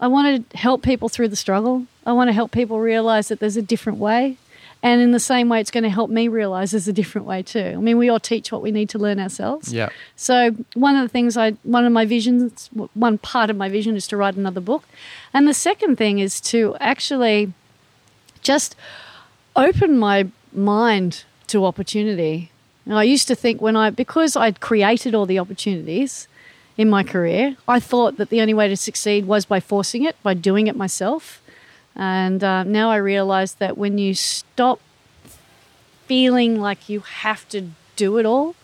Speaker 2: I want to help people through the struggle. I want to help people realize that there's a different way, and in the same way, it's going to help me realize there's a different way too. I mean, we all teach what we need to learn ourselves.
Speaker 1: Yeah.
Speaker 2: So one of the things I, one of my visions, one part of my vision is to write another book, and the second thing is to actually just open my mind to opportunity. And I used to think when I, because I'd created all the opportunities in my career, I thought that the only way to succeed was by forcing it, by doing it myself. And uh, now I realize that when you stop feeling like you have to do it all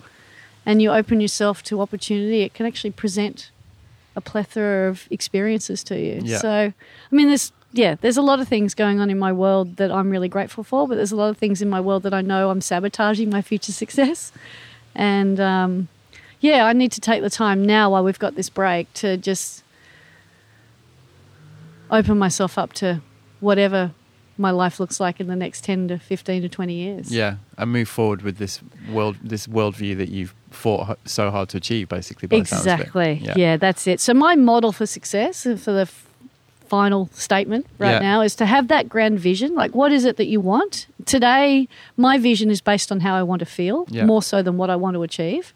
Speaker 2: and you open yourself to opportunity, it can actually present a plethora of experiences to you.
Speaker 1: Yeah.
Speaker 2: So, I mean, there's yeah, there's a lot of things going on in my world that I'm really grateful for, but there's a lot of things in my world that I know I'm sabotaging my future success. And um, yeah, I need to take the time now while we've got this break to just open myself up to whatever my life looks like in the next 10 to 15 to 20 years.
Speaker 1: Yeah, and move forward with this world, this worldview that you've fought h- so hard to achieve, basically. By the sounds of it.
Speaker 2: Exactly. Yeah. that's it. So my model for success uh, for the f- final statement right
Speaker 1: Yeah.
Speaker 2: now is to have that grand vision. Like, what is it that you want today? My vision is based on how I want to feel,
Speaker 1: Yeah.
Speaker 2: more so than what I want to achieve.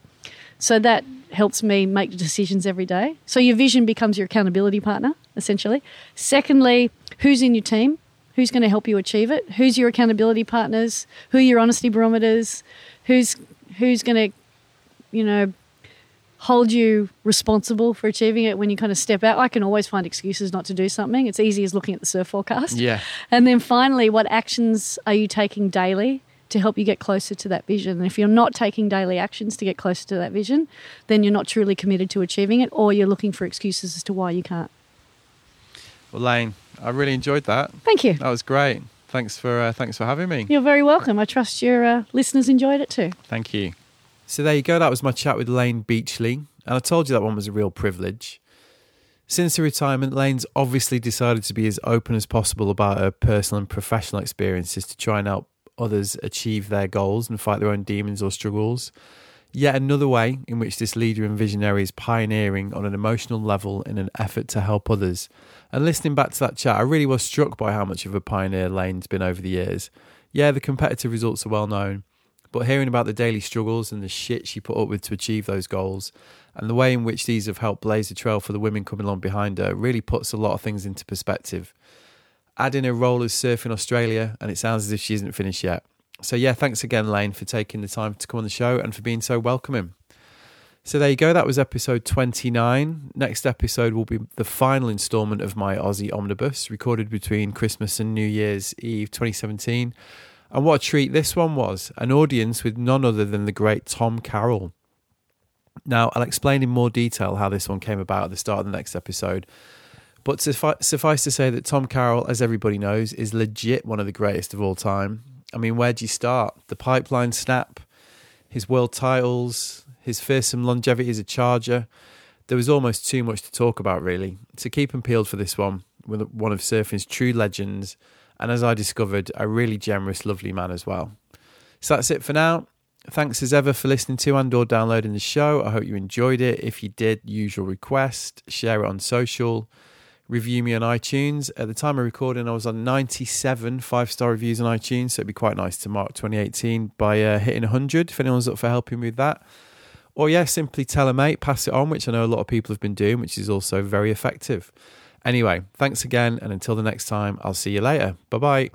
Speaker 2: So that helps me make decisions every day. So your vision becomes your accountability partner, essentially. Secondly, who's in your team? Who's going to help you achieve it? Who's your accountability partners? Who are your honesty barometers? Who's who's going to, you know, hold you responsible for achieving it when you kind of step out. I can always find excuses not to do something. It's easy as looking at the surf forecast.
Speaker 1: Yeah.
Speaker 2: And then finally, what actions are you taking daily to help you get closer to that vision? And if you're not taking daily actions to get closer to that vision, then you're not truly committed to achieving it or you're looking for excuses as to why you can't.
Speaker 1: Well, Lane, I really enjoyed that.
Speaker 2: Thank you.
Speaker 1: That was great. Thanks for uh, thanks for having me.
Speaker 2: You're very welcome. I trust your uh, listeners enjoyed it too.
Speaker 1: Thank you. So there you go. That was my chat with Lane Beachley, and I told you that one was a real privilege. Since her retirement, Lane's obviously decided to be as open as possible about her personal and professional experiences to try and help others achieve their goals and fight their own demons or struggles. Yet another way in which this leader and visionary is pioneering on an emotional level in an effort to help others. And listening back to that chat, I really was struck by how much of a pioneer Lane's been over the years. Yeah, the competitive results are well known, but hearing about the daily struggles and the shit she put up with to achieve those goals, and the way in which these have helped blaze the trail for the women coming along behind her, really puts a lot of things into perspective. Add in her role as surf in Australia, and it sounds as if she isn't finished yet. So, yeah, thanks again, Lane, for taking the time to come on the show and for being so welcoming. So, there you go. That was episode 29. Next episode will be the final installment of my Aussie Omnibus, recorded between Christmas and New Year's Eve 2017. And what a treat this one was an audience with none other than the great Tom Carroll. Now, I'll explain in more detail how this one came about at the start of the next episode. But suffi- suffice to say that Tom Carroll, as everybody knows, is legit one of the greatest of all time. I mean, where'd you start? The pipeline snap, his world titles, his fearsome longevity as a charger. There was almost too much to talk about, really. So keep them peeled for this one with one of surfing's true legends. And as I discovered, a really generous, lovely man as well. So that's it for now. Thanks as ever for listening to and or downloading the show. I hope you enjoyed it. If you did, usual request, share it on social, review me on iTunes. At the time of recording, I was on 97 five-star reviews on iTunes, so it'd be quite nice to mark 2018 by uh, hitting 100 if anyone's up for helping me with that. Or yeah, simply tell a mate, pass it on, which I know a lot of people have been doing, which is also very effective. Anyway, thanks again, and until the next time, I'll see you later. Bye-bye.